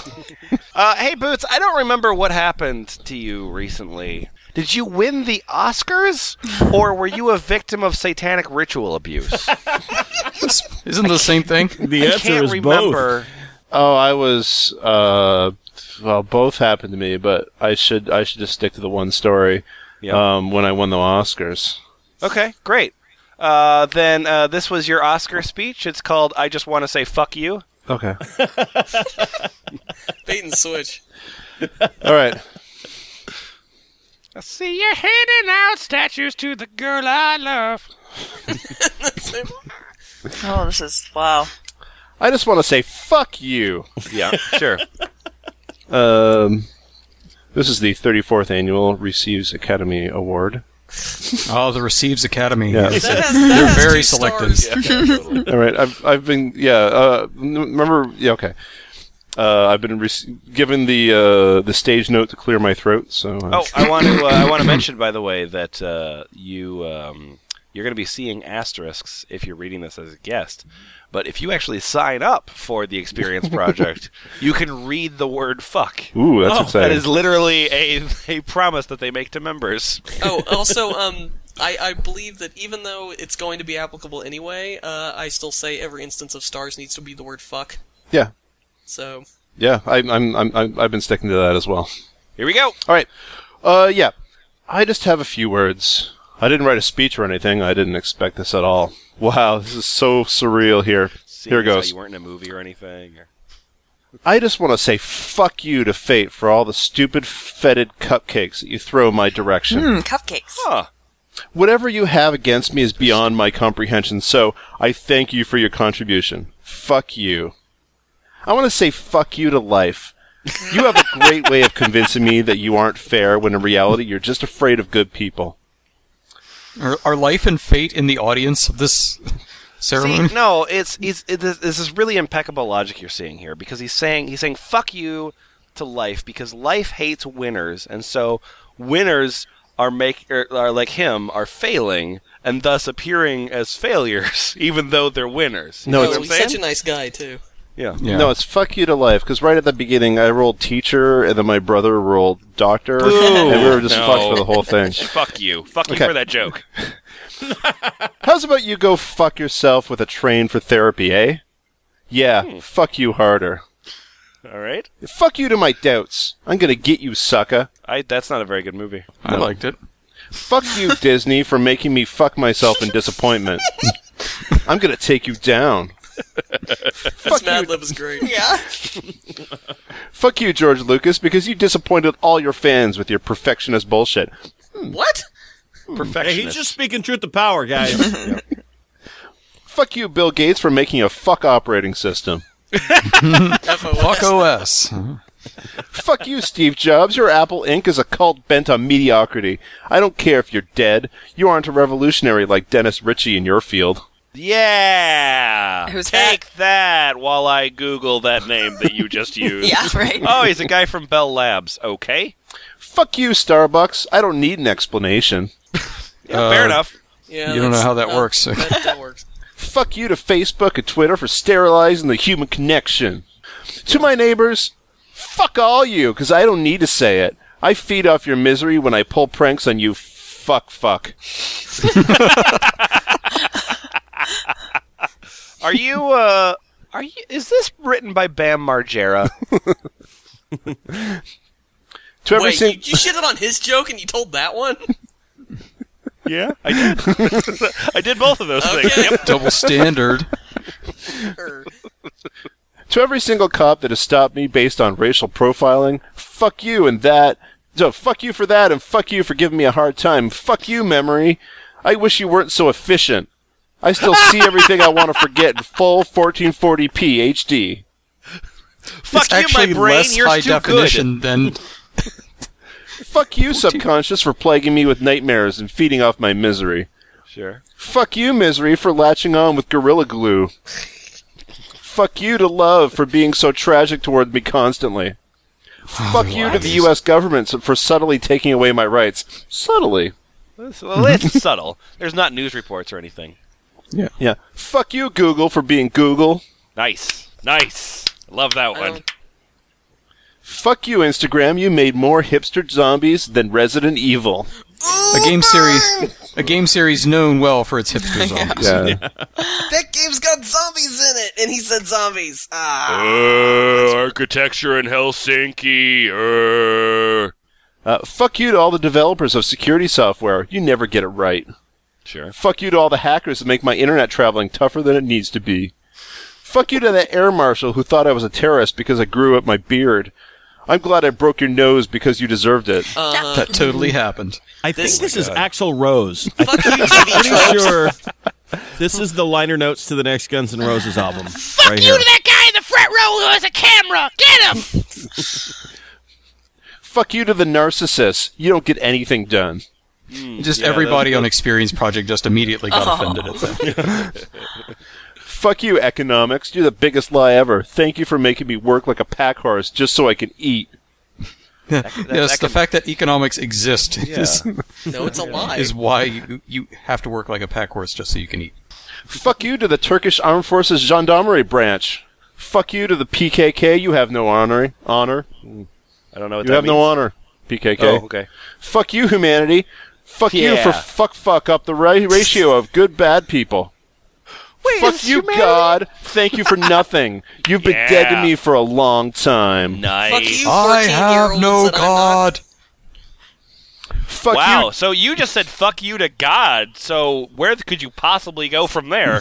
Uh, hey, Boots, I don't remember what happened to you recently. Did you win the Oscars? Or were you a victim of satanic ritual abuse? isn't it the same thing? The I answer can't is both. remember. Oh, I was uh well both happened to me, but I should I should just stick to the one story. Yep. Um when I won the Oscars. Okay, great. Uh, then uh, this was your Oscar speech. It's called I Just Want to Say Fuck You. Okay. Bait and switch. All right. I see you handing out statues to the girl I love. Oh, this is wow. I just want to say fuck you. Yeah, sure. Um this is the 34th annual Receives Academy Award. Oh, the Receives Academy. Yeah. That has, that They're very selective. All right, I've I've been yeah. Uh, n- remember, yeah, okay. Uh, I've been rec- given the uh, the stage note to clear my throat. So uh, Oh, I want to. Uh, I want to mention, by the way, that uh, you um, you're going to be seeing asterisks if you're reading this as a guest. But if you actually sign up for the Experience Project, you can read the word "fuck." ooh, that's Oh, exciting. That is literally a a promise that they make to members. Oh, also, um, I, I believe that even though it's going to be applicable anyway, uh, I still say every instance of stars needs to be the word fuck. yeah, So, yeah. I, I'm I'm I'm I've been sticking to that as well. Here we go. All right. Uh, yeah. I just have a few words. I didn't write a speech or anything. I didn't expect this at all. Wow, this is so surreal here. Seeing here as how goes. You weren't in a movie or anything. or- I just want to say fuck you to fate for all the stupid fetid cupcakes that you throw my direction. Hmm. Mm, cupcakes. Huh. Whatever you have against me is beyond my comprehension, so I thank you for your contribution. Fuck you. I want to say fuck you to life. You have a great way of convincing me that you aren't fair when in reality you're just afraid of good people. Are, are life and fate in the audience of this ceremony? See, no, it's, it's it, this this is really impeccable logic you're seeing here because he's saying he's saying fuck you to life because life hates winners and so winners are make er, are like him are failing and thus appearing as failures even though they're winners. You No, know it's- oh, what he's I'm such a saying? nice guy, too. yeah. Yeah. No, it's fuck you to life, because right at the beginning I rolled teacher, and then my brother rolled doctor, and we were just No. fucked for the whole thing. Fuck you. Fuck you Okay. for that joke. How's about you go fuck yourself with a train for therapy, eh? Yeah, fuck you harder. Hmm. All right. Fuck you to my doubts. I'm gonna get you, sucker. I that's not a very good movie. I liked it. Fuck you, Disney, for making me fuck myself in disappointment. I'm gonna take you down. This Mad Lib is great. Yeah. Fuck you, George Lucas, because you disappointed all your fans with your perfectionist bullshit. What? Hmm. Hey, he's Perfectionist. just speaking truth to power, guys. Fuck you, Bill Gates, for making a fuck operating system. Fuck OS. Fuck you, Steve Jobs. Your Apple Inc. is a cult bent on mediocrity. I don't care if you're dead. You aren't a revolutionary like Dennis Ritchie in your field. Yeah. Who's Take that? while I Google that name that you just used. Yeah, right. Oh, he's a guy from Bell Labs. Okay. Fuck you, Starbucks. I don't need an explanation. Yeah, fair Uh, enough. Yeah, You don't know that's- how that no, works. That, that works. Fuck you to Facebook and Twitter for sterilizing the human connection. To my neighbors, fuck all you, 'cause I don't need to say it. I feed off your misery when I pull pranks on you fuck fuck. Are you uh are you is this written by Bam Margera? To every Wait, sing- you, you shitted on his joke and you told that one? yeah, I did. I did both of those things. Okay. Double standard. Or- To every single cop that has stopped me based on racial profiling, fuck you and that. So fuck you for that and fuck you for giving me a hard time. Fuck you, memory. I wish you weren't so efficient. I still see everything I want to forget in full 1440p HD. Fuck it's you, actually my brain. less You're high too definition than Fuck you, subconscious, for plaguing me with nightmares and feeding off my misery. good. Sure. Fuck you, misery, for latching on with Gorilla Glue. Fuck you to love for being so tragic toward me constantly. Fuck you to the U.S. government s- for subtly taking away my rights. Subtly. That's- Well, it's subtle. There's not news reports or anything. Yeah. Fuck you, Google, for being Google. Nice, nice. Love that I one. don't- Fuck you, Instagram. You made more hipster zombies than Resident Evil. a game series. A game series known well for its hipster zombies. Yeah. that game's got zombies in it, and he said zombies. Ah, Uh, architecture in Helsinki. Uh, fuck you to all the developers of security software. You never get it right. Sure. Fuck you to all the hackers that make my internet traveling tougher than it needs to be. Fuck you to that air marshal who thought I was a terrorist because I grew up my beard. I'm glad I broke your nose because you deserved it. That totally happened. I think this is Axel Rose. I'm fuck you, Jimmy Trump. sure this is the liner notes to the next Guns N' Roses album. Fuck right you here. Fuck you to the narcissist. You don't get anything done. Just everybody on Experience Project just immediately got offended at that. Fuck you, economics. You're the biggest lie ever. Thank you for making me work like a pack horse just so I can eat. yes, that the can- fact that economics exist is, No, it's a lie. is why you, you have to work like a pack horse just so you can eat. Fuck you to the Turkish Armed Forces Gendarmerie branch. Fuck you to the PKK. You have no honor. Honor. I don't know what You that have means. no honor. PKK. Oh, okay. Fuck you, humanity. Fuck you for Yeah. fuck fuck up the ra- ratio of good bad people. fuck you, God. Thank you for nothing. You've been dead to Yeah. me for a long time. Nice. fuck you, I have 14-year-olds no that I'm not- god. Fuck wow. you. So you just said "fuck you" to God. So where could you possibly go from there?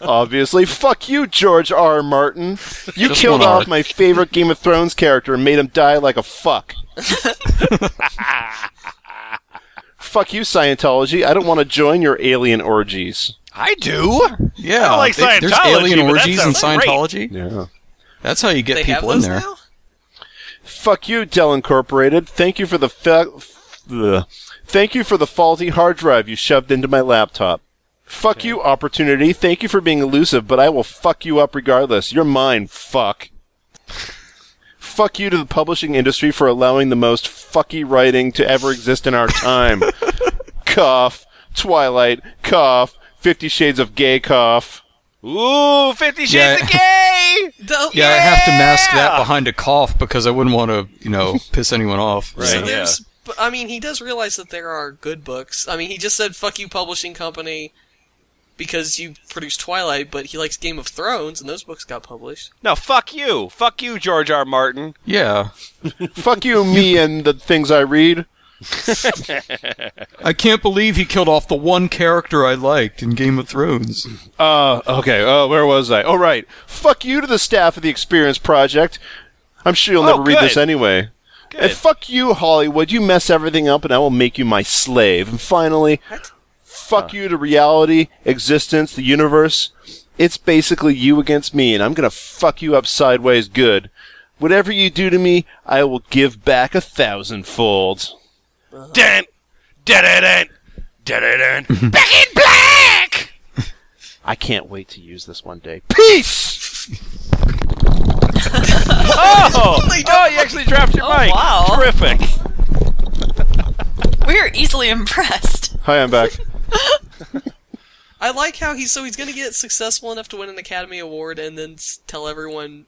Obviously, fuck you, George R. R. Martin. You Just killed one off R. my favorite Game of Thrones character and made him die like a fuck. fuck you, Scientology. I don't want to join your alien orgies. I do. Yeah, I like they- there's Scientology, alien but that orgies and sounds great. Scientology. Yeah. That's how you get They have people in those there. now? Fuck you, Dell Incorporated. Thank you for the fa- f- the thank you for the faulty hard drive you shoved into my laptop. Fuck you, opportunity. Thank you for being elusive, but I will fuck you up regardless. You're mine. Fuck. Fuck you to the publishing industry for allowing the most fucky writing to ever exist in our time. cough. Twilight. Cough. Fifty Shades of Gay. Cough. Ooh, Fifty Shades Yeah. of Gay. Don't- Yeah, I have to mask that behind a cough because I wouldn't want to, you know, piss anyone off. So Right. there's, but, I mean, he does realize that there are good books. I mean, he just said "fuck you, publishing company," because you produced Twilight, but he likes Game of Thrones, and those books got published. No, fuck you. Fuck you, George R. Martin. Yeah. Fuck you, me and the things I read. I can't believe he killed off the one character I liked in Game of Thrones. Uh, okay. Oh, where was I? Oh, right. Fuck you to the staff of the Experience Project. I'm sure you'll Oh, never read this good. anyway. And fuck you, Hollywood. You mess everything up, and I will make you my slave. And finally, fuck you to reality, existence, the universe. It's basically you against me, and I'm gonna fuck you up sideways good. Whatever you do to me, I will give back a thousandfold. Dent. Da-da-dent. Da-da-dent. Back in black! I can't wait to use this one day. Peace! Oh, oh, you actually dropped your Oh, mic. wow. Terrific. We are easily impressed. Hi, I'm back. I like how he's so he's going to get successful enough to win an Academy Award and then s- tell everyone,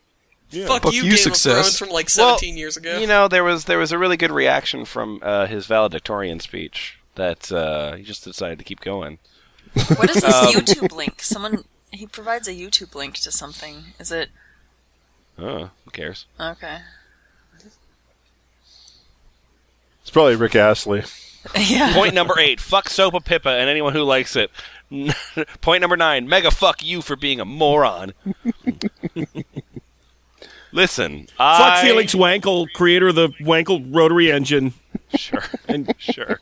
"Fuck Fuck you, you, Game success." of Thrones" from like 17 years ago. You know, there was there was a really good reaction from uh, his valedictorian speech that uh, he just decided to keep going. Um, What is this YouTube link? Someone he provides a YouTube link to something. Is it Oh, who cares? okay? It's probably Rick Astley. Yeah. Point number eight: fuck Sopa Pippa and anyone who likes it. Point number nine: mega fuck you for being a moron. Listen, Fuck I Felix Wankel, creator of the Wankel rotary engine, Sure, and sure.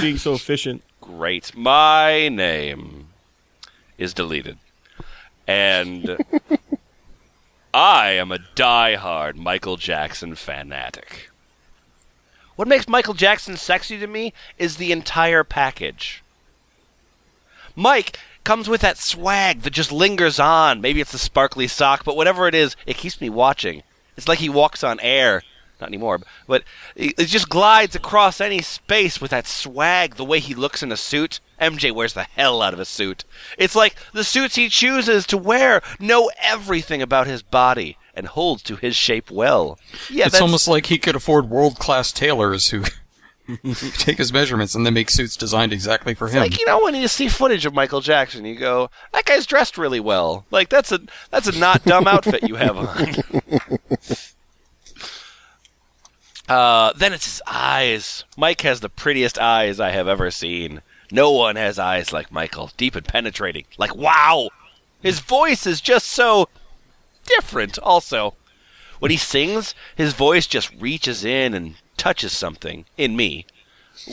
being so efficient. Great. My name is deleted. And I am a diehard Michael Jackson fanatic. What makes Michael Jackson sexy to me is the entire package. Mike comes with that swag that just lingers on. Maybe it's the sparkly sock, but whatever it is, it keeps me watching. It's like he walks on air. Not anymore, but it it just glides across any space with that swag, the way he looks in a suit. MJ wears the hell out of a suit. It's like the suits he chooses to wear know everything about his body and holds to his shape well. Yeah, it's that's- almost like he could afford world class tailors who take his measurements and then make suits designed exactly for him. Like you know, when you see footage of Michael Jackson, you go, "That guy's dressed really well." Like that's a that's a not dumb outfit you have on. uh, then it's his eyes. Mike has the prettiest eyes I have ever seen. No one has eyes like Michael, deep and penetrating. Like wow, his voice is just so different. Also, when he sings, his voice just reaches in and touches something in me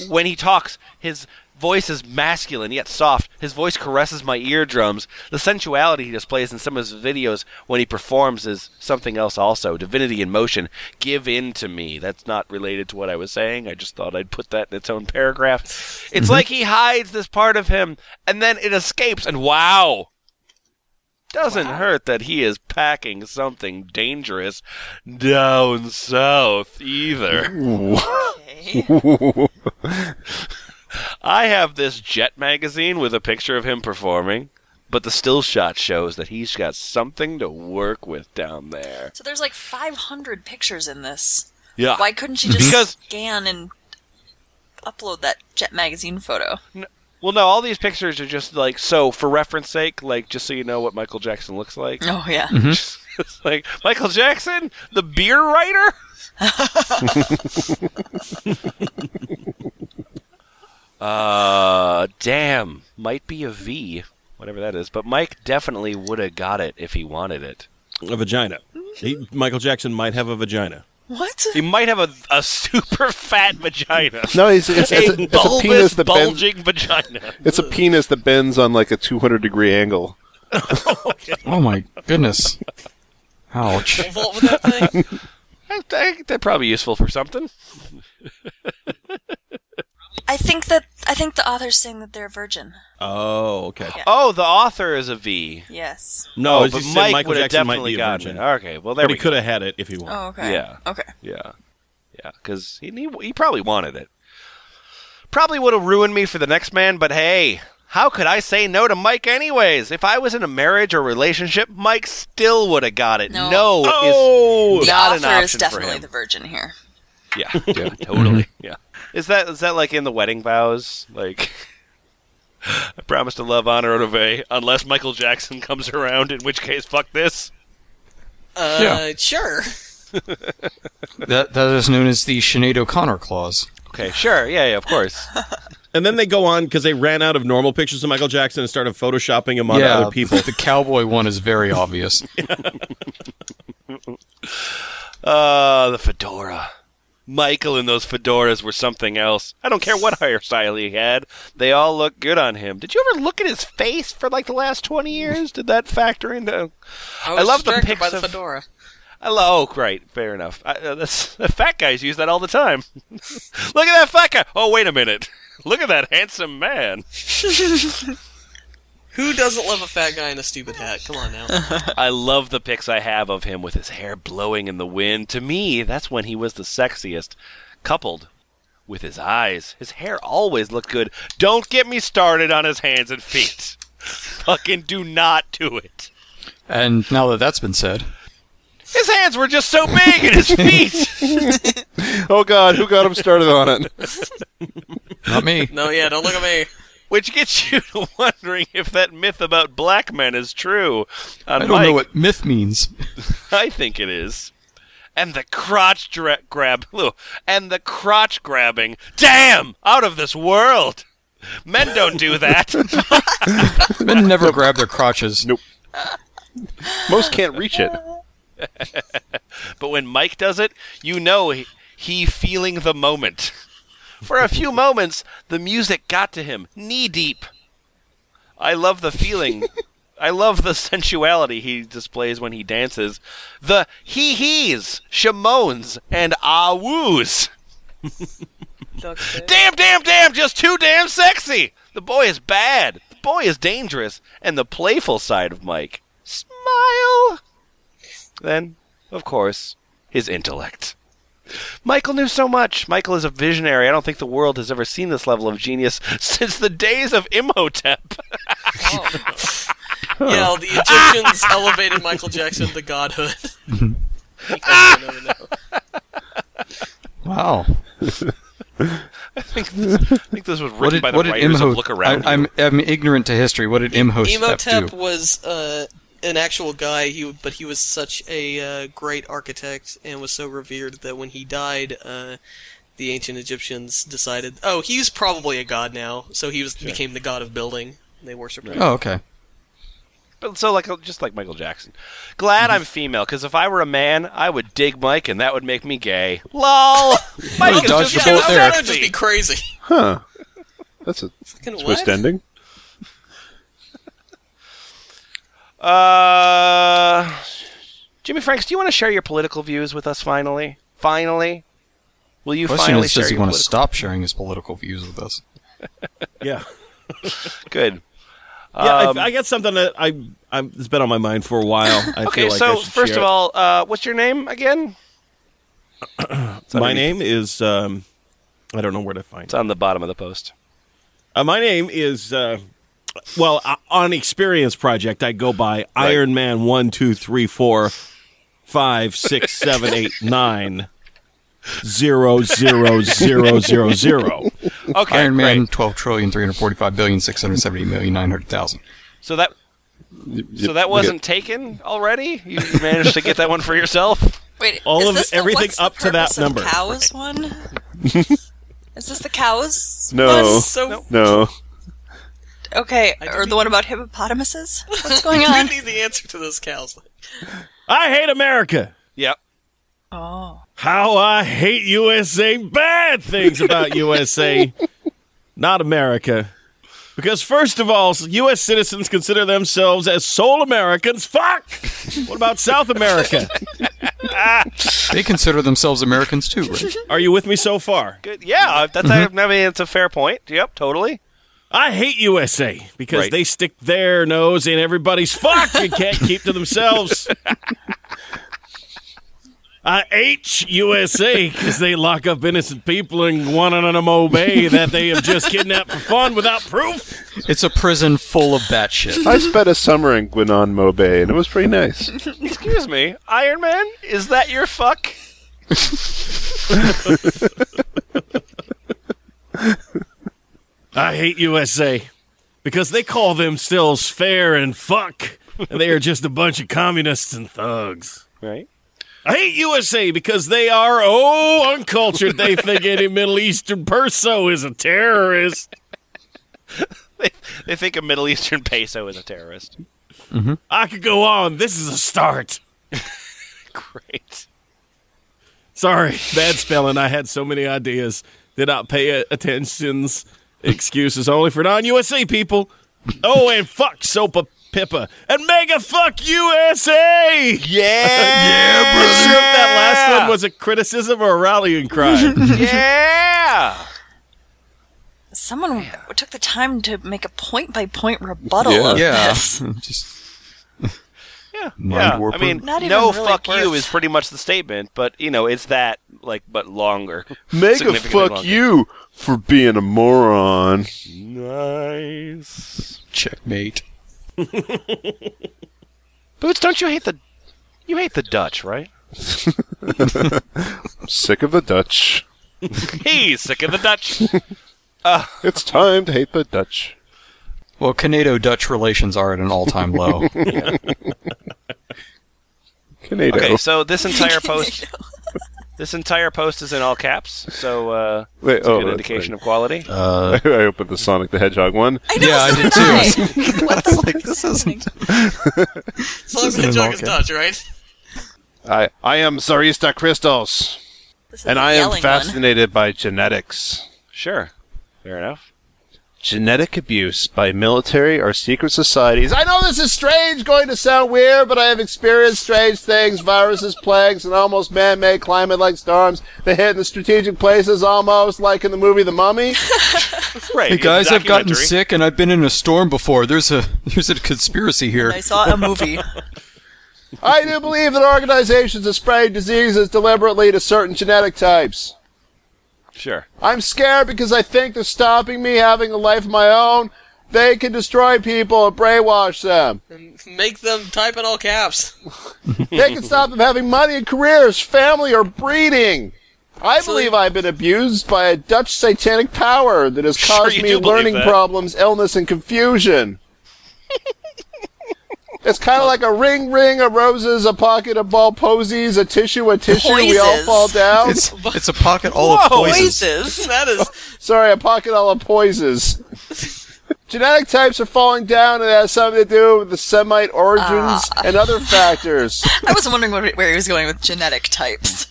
when he talks, his voice is masculine yet soft. His voice caresses my eardrums. The sensuality he displays in some of his videos when he performs is something else also. Divinity in motion. Give in to me. That's not related to what I was saying. I just thought I'd put that in its own paragraph. It's like he hides this part of him and then it escapes and wow. Doesn't hurt that he is packing something dangerous down south either. Okay. I have this Jet magazine with a picture of him performing, but the still shot shows that he's got something to work with down there. So there's like 500 pictures in this. Yeah. Mhm. Why couldn't you just Because- scan and upload that Jet magazine photo? Well, no, all these pictures are just like so for reference sake, like just so you know what Michael Jackson looks like. Oh yeah. it's like Michael Jackson, the beer writer. uh, damn, might be a V, whatever that is. But Mike definitely would have got it if he wanted it. A vagina. He, Michael Jackson might have a vagina. What? He might have a, a super fat vagina. No, it's, it's, it's, a a, it's a bulbous, penis that bends. bulging vagina. It's a penis that bends on like a 200 degree angle. oh my goodness. Ouch. Vault with that thing. I, I, they're probably useful for something. I think that I think the author's saying that they're a virgin. Oh, okay. Oh, the author is a V. Yes. No, oh, as you but said, Mike Michael would have Jackson might definitely be a gotten virgin. it. Okay, well there But we he could have had it if he wanted. Oh okay. Yeah. Okay. Yeah. Yeah, because he, he, he probably wanted it. Probably would have ruined me for the next man, but hey, how could I say no to Mike anyways? If I was in a marriage or relationship, Mike still would have got it. No. No, Oh! is The not an author is option for definitely him. the virgin here. Yeah, yeah, totally. Yeah. Is that is that like in the wedding vows? Like I promise to love, honor, and obey, unless Michael Jackson comes around, in which case fuck this. Uh, Yeah. Sure. That that is known as the Sinead O'Connor clause. Okay, sure. Yeah, yeah, of course. And then they go on because they ran out of normal pictures of Michael Jackson and started photoshopping him onto other people. the cowboy one is very obvious. Uh, the fedora. Michael and those fedoras were something else. I don't care what hairstyle he had; they all look good on him. Did you ever look at his face for like the last twenty years? Did that factor into? I was love the distracted pics by the of- fedora. I love. Oh, right, fair enough. I, uh, that's, the fat guys use that all the time. look at that fat guy. Oh, wait a minute. Look at that handsome man. Who doesn't love a fat guy in a stupid hat? Come on now. I love the pics I have of him with his hair blowing in the wind. To me, that's when he was the sexiest, coupled with his eyes. His hair always looked good. Don't get me started on his hands and feet. Fucking do not do it. And now that that's been said, His hands were just so big and his feet. Oh God, who got him started on it? not me. No, yeah, don't look at me. Which gets you to wondering if that myth about black men is true. On I don't Mike, know what myth means. I think it is. And the crotch dra- grab, and the crotch grabbing. Damn, out of this world. Men don't do that. Men never grab their crotches. Nope. Most can't reach it. but when Mike does it, you know he, he feeling the moment. For a few moments, the music got to him, knee deep. I love the feeling. I love the sensuality he displays when he dances. The he he's, shamones, and ah woos. damn, damn, damn, just too damn sexy. The boy is bad. The boy is dangerous. And the playful side of Mike. Smile. Then, of course, his intellect. Michael knew so much. Michael is a visionary. I don't think the world has ever seen this level of genius since the days of Imhotep. Yeah, the Egyptians elevated Michael Jackson to godhood. I never know. Wow. I think this, I think this was written What did, by the what did writers Imhotep? of Look Around. I, am I'm ignorant to history. What did Imhotep Emotep Oh, do? was uh, an actual guy, he but he was such a uh, great architect and was so revered that when he died, uh, the ancient Egyptians decided, oh, he's probably a god now, so he was became the god of building. They worshipped him. Oh, okay. But so like just like Michael Jackson. Glad I'm female because if I were a man, I would dig Mike and that would make me gay. Lol. Mike is dodged just the Yeah, bullet that there. would just be sexy. crazy. Huh? That's a Fucking twist what? ending. Uh, Jimmy Franks, do you want to share your political views with us finally? Finally, will you The question finally is, share does he your want to political- stop sharing his political views with us? Yeah. Good. Yeah, Um, I, I got something that I, I it's been on my mind for a while. I Okay, feel like I so should first of share it. all, uh, what's your name again? my name is um, I don't know where to find It's on the bottom of the post. Uh, my name is, uh, well, uh, on Experience Project, I go by Iron Man 1, 2, 3, 4, 5, 6, 7, 8, 9, 0, 0, 0, 0, 0. Okay, Iron Man, great. twelve trillion three hundred forty-five billion six hundred seventy million nine hundred thousand. So that so that wasn't taken already. You you managed to get that one for yourself. Wait, All is of this the everything What's the up to that Purpose of number. Cows one. is this the cows? No, one? So no. Okay, or didn't- the one about hippopotamuses? What's going on? I need the answer to this, cows. I hate America. Yep. oh, How I hate USA. Bad things about USA, not America. Because, first of all, U.S. citizens consider themselves as sole Americans. Fuck! What about South America? They consider themselves Americans too, right? Are you with me so far? Mm-hmm. Good. Yeah, that's I mean it's a fair point. Yep, totally. I hate USA because Right. they stick their nose in everybody's fuck and can't keep to themselves. I hate USA because they lock up innocent people and want them obey that they have just kidnapped for fun without proof. It's a prison full of batshit. I spent a summer in Guantanamo Bay, and it was pretty nice. Excuse me, Iron Man, is that your fuck? I hate USA because they call themselves fair and fuck, and they are just a bunch of communists and thugs. Right. I hate USA because they are, oh, uncultured. They think any Middle Eastern perso is a terrorist. They think a Middle Eastern peso is a terrorist. I could go on. This is a start. Great. Sorry, bad spelling. I had so many ideas. Did not pay a- attentions. Excuses only for non USA people. Oh, and fuck Sopa Pippa. And mega fuck USA! Yeah. Pretty sure if that last one was a criticism or a rallying cry. yeah. Someone took the time to make a point by point rebuttal of Yeah. this. Just Yeah. Mind warper. I mean, Not even no really fuck you worth- is pretty much the statement, but you know, it's that like but longer. Mega Significantly fuck longer. you for being a moron. Nice. checkmate. Boots, don't you hate the you hate the Dutch, right? Sick of the Dutch. He's sick of the Dutch. uh, It's time to hate the Dutch. Well, Canado Dutch relations are at an all time low. Canada. Okay, so this entire post this entire post is in all caps, so uh Wait, it's a oh, good that's indication right. of quality. Uh, I opened the Sonic the Hedgehog one. I know, Uh, Yeah, I so did did too. I. what the fuck is this happening? So as the joke is Dutch, right? I I am Zarista Crystals, This is and a I am yelling one. fascinated by genetics. Sure. Fair enough. Genetic abuse by military or secret societies. I know this is strange, going to sound weird, but I have experienced strange things viruses, plagues, and almost man made climate like storms that hit in strategic places, almost like in the movie The Mummy. Right. Hey guys, I've gotten documentary. sick and I've been in a storm before. There's a there's a conspiracy here. I saw a movie. I do believe that organizations are spreading diseases deliberately to certain genetic types. Sure. I'm scared because I think they're stopping me having a life of my own. They can destroy people and brainwash them. And make them type in all caps. They can stop them having money and careers, family, or breeding. I believe I've been abused by a Dutch satanic power that has Sure, caused you me do believe learning that. problems, illness, and confusion. it's kind of like a ring, ring of roses, a pocket of ball posies, a tissue, a tissue. We all Poises. fall down. It's it's a pocket all of poison. Voices. That is Sorry, a pocket all of poises. Genetic types are falling down, and it has something to do with the Semite origins Ah. and other factors. Ah. I was wondering what, where he was going with genetic types.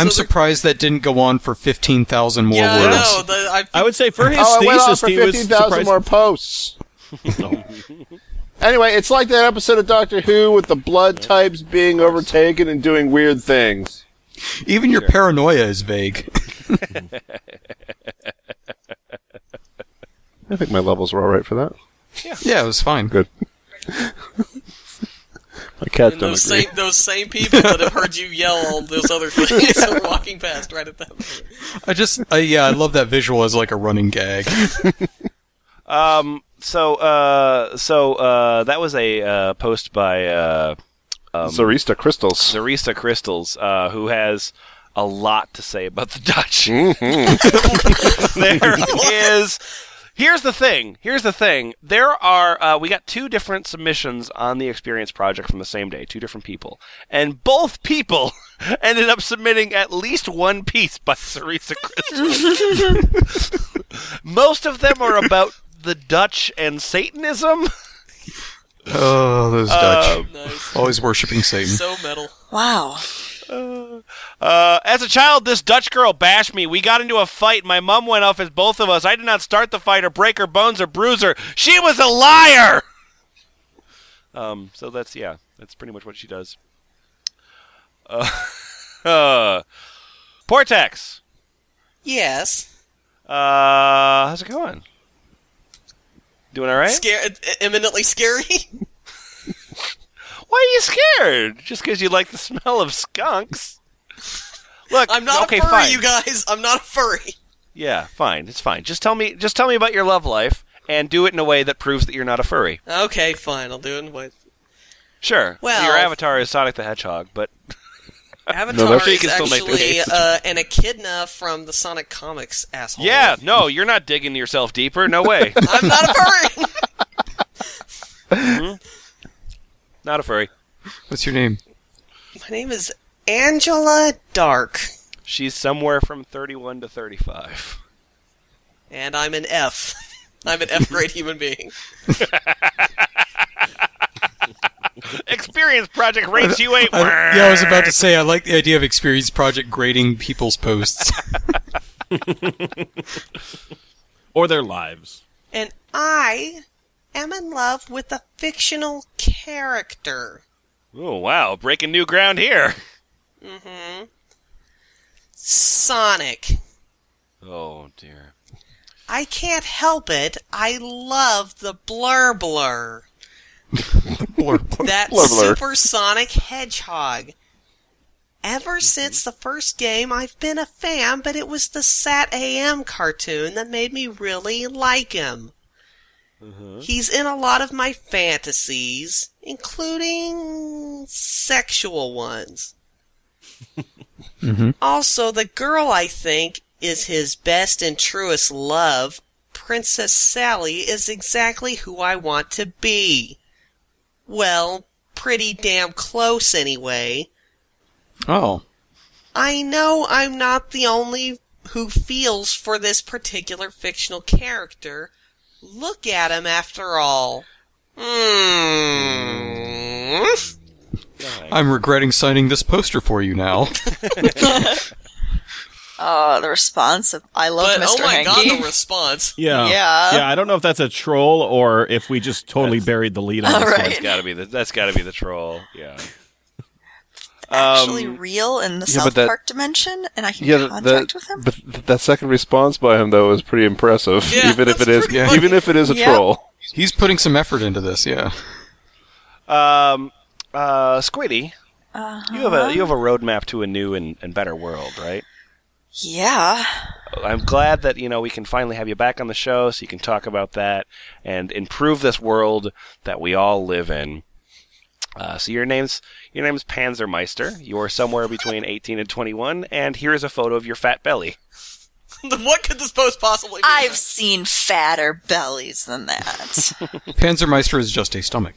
I'm surprised that didn't go on for fifteen thousand more yeah, words. I know. The, I, I would say for his oh, it went on thesis, for he was fifteen thousand surprised. more posts. anyway, it's like that episode of Doctor Who with the blood types being overtaken and doing weird things. Even your paranoia is vague. I think my levels were all right for that. yeah, it was fine. Good. My cat and those same those same people that have heard you yell all those other things are walking past right at that moment. I just I, yeah, I love that visual as like a running gag. Um so uh so uh that was a uh post by uh Zarista crystals. Zarista Crystals, uh, who has a lot to say about the Dutch. Mm-hmm. there is. Here's the thing. Here's the thing. There are uh, we got two different submissions on the Experience Project from the same day. Two different people, and both people ended up submitting at least one piece by Sarisa Crystal. Most of them are about the Dutch and Satanism. Oh, those Dutch. Nice. Always worshipping Satan. So metal. Wow. Uh, as a child, this Dutch girl bashed me. We got into a fight. My mom went off as both of us. I did not start the fight or break her bones or bruise her. She was a liar. Um, so that's yeah, that's pretty much what she does. Uh, uh, Portex, Yes. uh, how's it going? Doing all right? Scare eminently scary. Why are you scared? Just because you like the smell of skunks? Look, I'm not okay, a furry, fine. you guys. I'm not a furry. Yeah, fine. It's fine. Just tell me just tell me about your love life and do it in a way that proves that you're not a furry. Okay, fine. I'll do it. Wait. Sure. Well- your avatar is Sonic the Hedgehog, but Avatar that's- is You can still make the actually case. uh, an echidna from the Sonic comics, asshole. yeah, no, you're not digging yourself deeper. No way. I'm not a furry. not a furry. What's your name? My name is Angela Dark. She's somewhere from 31 to 35. And I'm an F. I'm an F grade human being. Mm-hmm. Experience Project rates you eight. I, yeah, I was about to say I like the idea of Experience Project grading people's posts. or their lives. And I am in love with a fictional character. Oh, wow. Breaking new ground here. Mm-hmm. Sonic. Oh, dear. I can't help it. I love the blur blur. that Blur blur. supersonic hedgehog. Mm-hmm. Ever since the first game, I've been a fan, but it was the Sat AM cartoon that made me really like him. Mm-hmm. He's in a lot of my fantasies, including sexual ones. Mm-hmm. Also, the girl I think is his best and truest love, Princess Sally, is exactly who I want to be. Well, pretty damn close anyway. oh, I know I'm not the only who feels for this particular fictional character. Look at him after all. Mm. I'm regretting signing this poster for you now. Oh, the response of I love But Mr. oh my Hanky." god, the response. Yeah. Yeah. Yeah, I don't know if that's a troll or if we just totally buried the lead on All this one. right. That's gotta be the, that's gotta be the troll. Yeah. Um, actually real in the yeah, but South that- Park dimension, and I can Yeah, that, contact that, with him. but th- that second response by him though is pretty impressive. Yeah, even if it that's is, pretty funny. even if it is a Yep. troll. He's putting some effort into this, yeah. Um, uh, Squiddy, you have a you have a roadmap to a new and, and better world, right? yeah, I'm glad that you know we can finally have you back on the show, so you can talk about that and improve this world that we all live in. Uh, so your name's your name's Panzermeister. You're somewhere between 18 and 21, and here is a photo of your fat belly. what could this post possibly be? I've seen fatter bellies than that. Panzermeister is just a stomach.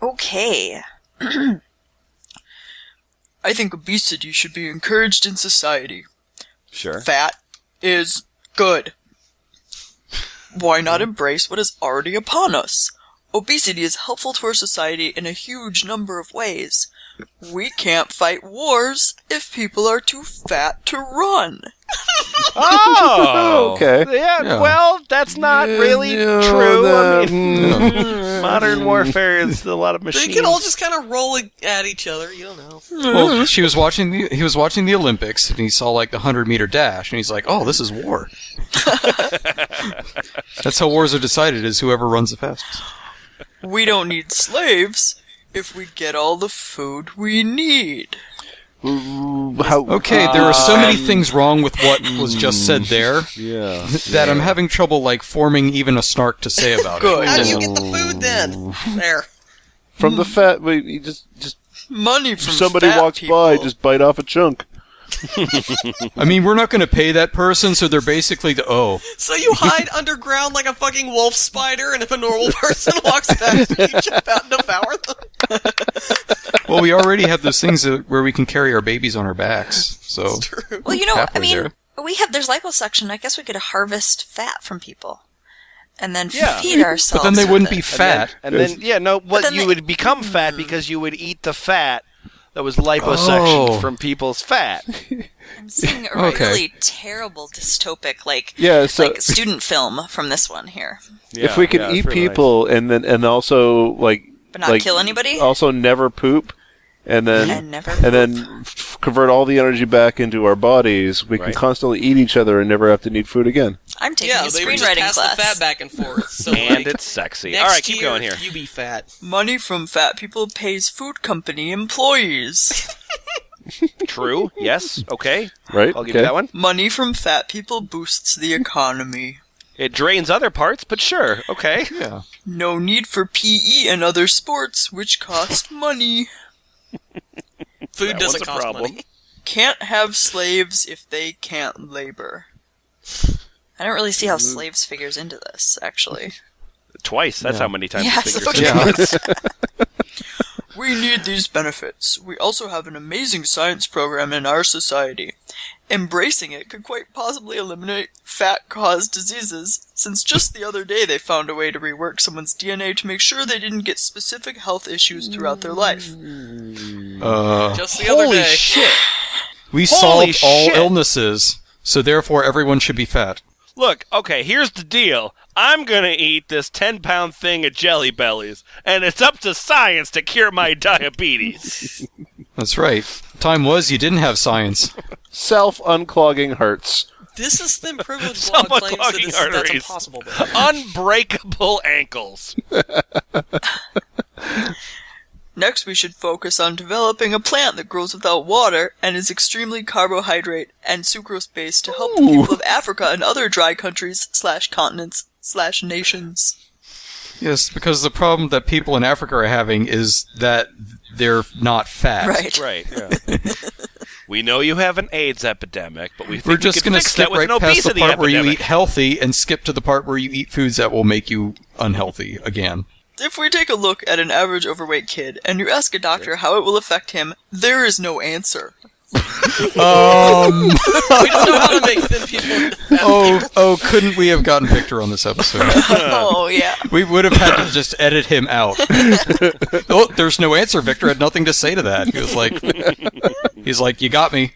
Okay. I think obesity should be encouraged in society. Sure. Fat is good. Why not embrace what is already upon us? Obesity is helpful to our society in a huge number of ways. We can't fight wars if people are too fat to run. Oh, Okay. Yeah, Yeah. Well, that's not really no, true. I that- Hmm. mean, modern warfare is a lot of They machines. can all just kind of roll at each other. You don't know. Well, Oh, she was watching the he was watching the Olympics and he saw like the hundred meter dash and he's like, "Oh, this is war." That's how wars are decided: is whoever runs the fastest. We don't need slaves if we get all the food we need. How, Okay, there are so um, many things wrong with what was just said Mm, there that I'm having trouble like forming even a snark to say about it. How Good. do you get the food then? There. from the fat, wait, you just just Money from somebody fat walks people. by, just bite off a chunk. I mean, we're not going to pay that person, so they're basically the oh. So you hide underground like a fucking wolf spider, and if a normal person walks past you, you jump out and devour them. Well, we already have those things that, where we can carry our babies on our backs. So Well, you know, I halfway mean, there. we have there's liposuction. I guess we could harvest fat from people, and then Yeah. feed ourselves. but then they with wouldn't it. be fat. And then yeah, no, what then you they- would become fat because you would eat the fat that was liposuctioned Oh. from people's fat. I'm seeing a Okay. really terrible dystopic, like Yeah, so- like student film from this one here. if we could yeah, eat pretty much. people and then and also like But not like, kill anybody? also never poop, and then And never and then f- convert all the energy back into our bodies. We can Right. constantly eat each other and never have to need food again. I'm taking Yeah, a they would just screenwriting pass class. the fat back and forth. So and like, it's sexy. next All right, keep year, going here. You be fat. Money from fat people pays food company employees. True. Yes. Okay. Right? I'll give Okay. you that one. Money from fat people boosts the economy. It drains other parts, but sure. Okay. Yeah. No need for PE and other sports, which cost money. Food That doesn't one's a cost problem. money. can't have slaves if they can't labor. I don't really see how slaves figures into this, actually. Twice. That's how many times. Yeah, this so- figure's been yeah. used. We need these benefits. We also have an amazing science program in our society. Embracing it could quite possibly eliminate fat caused diseases, since just the other day they found a way to rework someone's DNA to make sure they didn't get specific health issues throughout their life. Mm. Uh, Just the other Mm. holy day. shit. We Holy solved all shit. illnesses, so therefore everyone should be fat. Look, okay, here's the deal. I'm gonna eat this ten pound thing of jelly bellies, and it's up to science to cure my diabetes. That's right. Time was you didn't have science. Self unclogging hurts. This is thin privilege law Someone claims that clogging it's, that's arteries. Oh, impossible. Unbreakable ankles. Next, we should focus on developing a plant that grows without water and is extremely carbohydrate and sucrose based to help the people of Africa and other dry countries slash continents slash nations. Yes, because the problem that people in Africa are having is that they're not fat. Right. Yeah. we know you have an AIDS epidemic, but we think We're we just can going to fix skip that with right an past the obesity part where you epidemic. eat healthy and skip to the part where you eat foods that will make you unhealthy again. If we take a look at an average overweight kid and you ask a doctor how it will affect him, there is no answer. Um, we don't know how to make thin people. oh, oh, couldn't we have gotten Victor on this episode? oh, yeah. We would have had to just edit him out. oh, there's no answer. Victor had nothing to say to that. He was like, he's like, you got me,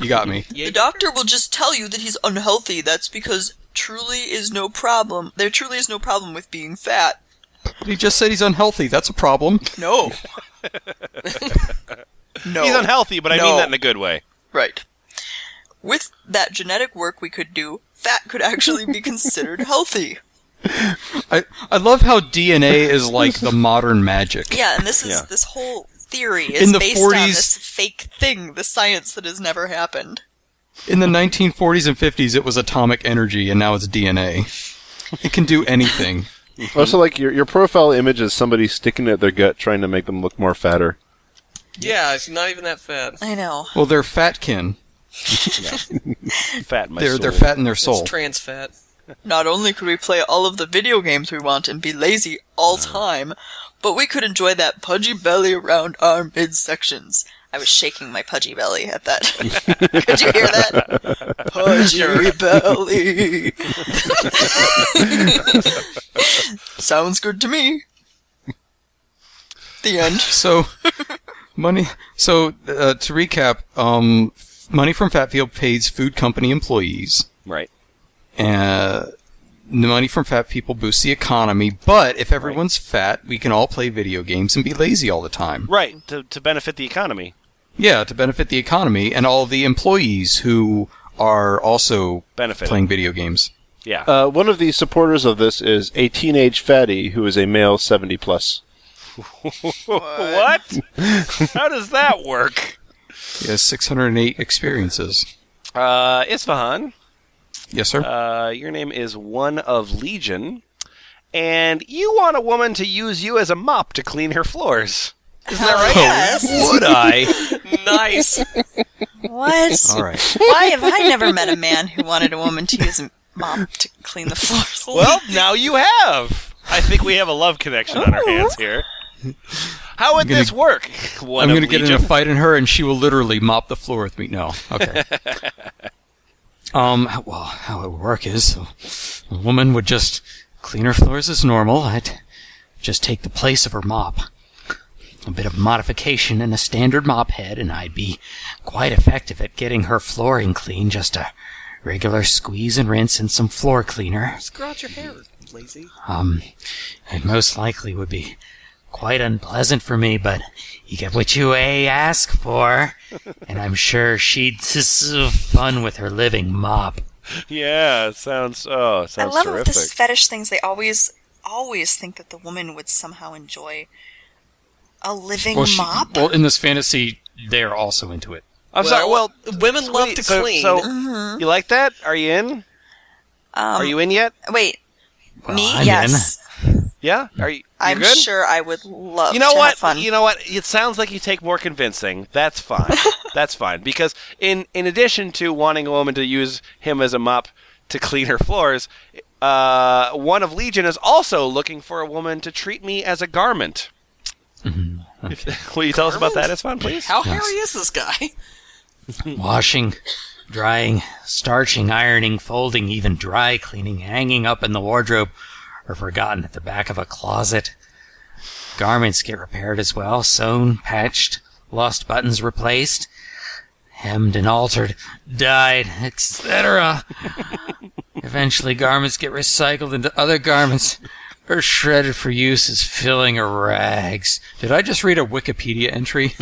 you got me. The doctor will just tell you that he's unhealthy. That's because truly is no problem. There truly is no problem with being fat. But he just said he's unhealthy. That's a problem. No. no. He's unhealthy, but I mean No. that in a good way. Right. With that genetic work we could do, fat could actually be considered healthy. I I love how DNA is like the modern magic. Yeah, and this is Yeah. this whole theory is In the based on 40s this fake thing, the science that has never happened. In the 1940s and 50s, it was atomic energy, and now it's DNA. It can do anything. Also, like your your profile image is somebody sticking it at their gut, trying to make them look more fatter. Yeah, it's not even that fat. I know. Well, they're fatkin. fat. they're they're fat in their soul. It's trans fat. Not only could we play all of the video games we want and be lazy all time, but we could enjoy that pudgy belly around our midsections. I was shaking my pudgy belly at that. could you hear that? Pudgy belly. Sounds good to me. The end. So, money. So uh, to recap, um, money from Fatfield pays food company employees. Right. Uh, the money from fat people boosts the economy, but if everyone's fat, we can all play video games and be lazy all the time. Right. To to benefit the economy. Yeah, to benefit the economy and all the employees who are also Benefiting. playing video games. Yeah. Uh, one of the supporters of this is a teenage fatty who is a male seventy plus. what? How does that work? He has 608 experiences. Uh, Isfahan, Yes, sir. uh, your name is one of Legion, and you want a woman to use you as a mop to clean her floors. Isn't that right? Yes. Would I? Nice. What? all right. Why have I never met a man who wanted a woman to use a mop to clean the floors? Well, now you have. I think we have a love connection on our hands here. How would I'm gonna- this work? One I'm of going to get in a Legion. fight in her, and she will literally mop the floor with me. No, okay. um, h- well, how it would work is a woman would just clean her floors as normal. I'd just take the place of her mop, a bit of modification and a standard mop head, and I'd be quite effective at getting her flooring clean. Just a regular squeeze and rinse, and some floor cleaner. Grow out your hair, lazy. Um, it most likely would be quite unpleasant for me, but you get what you a ask for, and I'm sure she'd s- s- fun with her living mop. Yeah, it sounds. Oh, it I sounds love with terrific. this fetish things. They always, always think that the woman would somehow enjoy a living mop. well, in this fantasy, they're also into it. I'm sorry. Well, women love wait, to so, clean. so Mm-hmm. you like that? Are you in? Are you in yet? Um, Wait, me? I'm yes. Yeah. Are you? you I'm good? sure I would love You know to what? have fun. You know what? It sounds like you take more convincing. That's fine. That's fine because in in addition to wanting a woman to use him as a mop to clean her floors, uh, one of Legion is also looking for a woman to treat me as a garment. Will you tell us about that? It's fun, please. How hairy is this guy? Washing, drying, starching, ironing, folding, even dry cleaning, hanging up in the wardrobe, or forgotten at the back of a closet. Garments get repaired as well, sewn, patched, lost buttons replaced, hemmed and altered, dyed, etc. Eventually, garments get recycled into other garments or shredded for use as filling or rags. Did I just read a Wikipedia entry?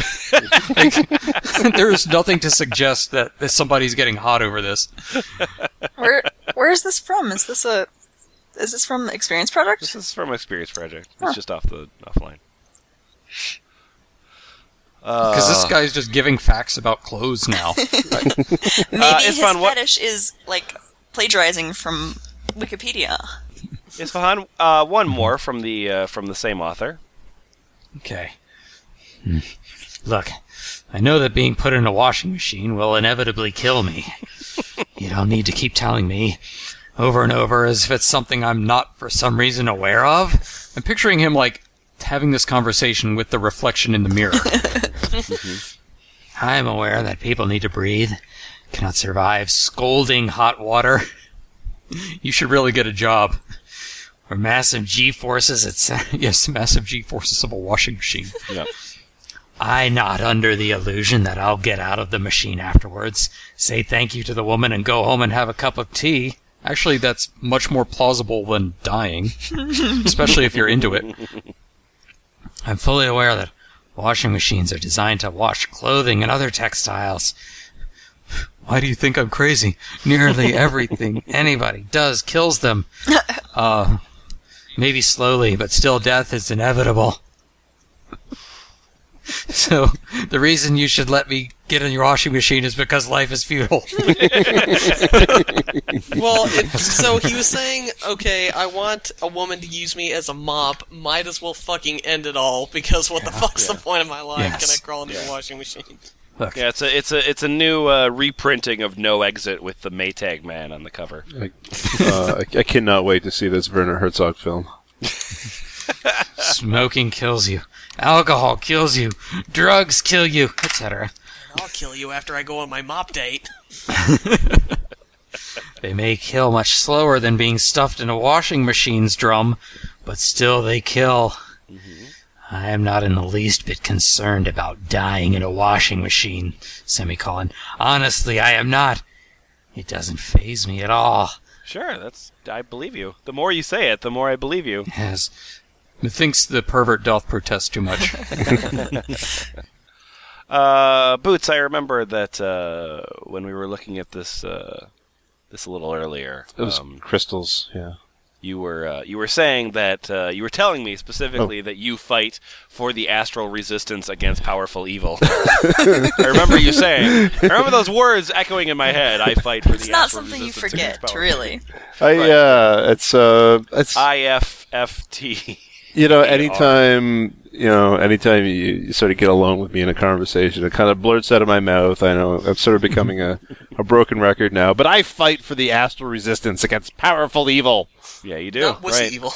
Like, there is nothing to suggest that, that somebody's getting hot over this. Where where is this from? Is this a is this from Experience Product? This is from Experience Project. It's Huh. just off the offline. Because this Uh. guy's just giving facts about clothes now. Maybe Uh, his Uh, Isfan, what- fetish is like plagiarizing from Wikipedia. Isfahan, uh, one more from the uh, from the same author. Okay. Hmm. Look, I know that being put in a washing machine will inevitably kill me. you don't need to keep telling me over and over as if it's something I'm not for some reason aware of. I'm picturing him like having this conversation with the reflection in the mirror. I am aware that people need to breathe, cannot survive scolding hot water. you should really get a job. Or massive G forces, etc. Yes, massive G forces of a washing machine. I not under the illusion that I'll get out of the machine afterwards, say thank you to the woman, and go home and have a cup of tea. Actually, that's much more plausible than dying, especially if you're into it. I'm fully aware that washing machines are designed to wash clothing and other textiles. Why do you think I'm crazy? Nearly everything anybody does kills them. Uh, maybe slowly, but still death is inevitable. So, the reason you should let me get in your washing machine is because life is futile. well, it, so he was saying, okay, I want a woman to use me as a mop. Might as well fucking end it all because what the fuck's the point of my life? Can I Yes. crawl into a washing machine? Yeah, it's a it's a it's a new uh, reprinting of No Exit with the Maytag Man on the cover. uh, I, I cannot wait to see this Werner Herzog film. Smoking kills you. Alcohol kills you. Drugs kill you, etc. I'll kill you after I go on my mop date. They may kill much slower than being stuffed in a washing machine's drum, but still they kill. Mm-hmm. I am not in the least bit concerned about dying in a washing machine, semicolon. Honestly, I am not. It doesn't faze me at all. Sure, that's I believe you. The more you say it, the more I believe you. Yes. Methinks the pervert doth protest too much. Uh, Boots, I remember that uh, when we were looking at this uh, this a little earlier, It was um, crystals, yeah. you were uh, you were saying that uh, you were telling me Oh. specifically that you fight for the astral resistance against powerful evil. I remember you saying. I remember those words echoing in my head. I fight for It's the not astral something you resistance forget, against powerful really. I uh, it's uh, it's IFFT. you know, anytime you know, anytime you, you sort of get along with me in a conversation, it kind of blurts out of my mouth. I know I'm sort of becoming a, a broken record now, but I fight for the astral resistance against powerful evil. Yeah, you do. Not wussy right. evil.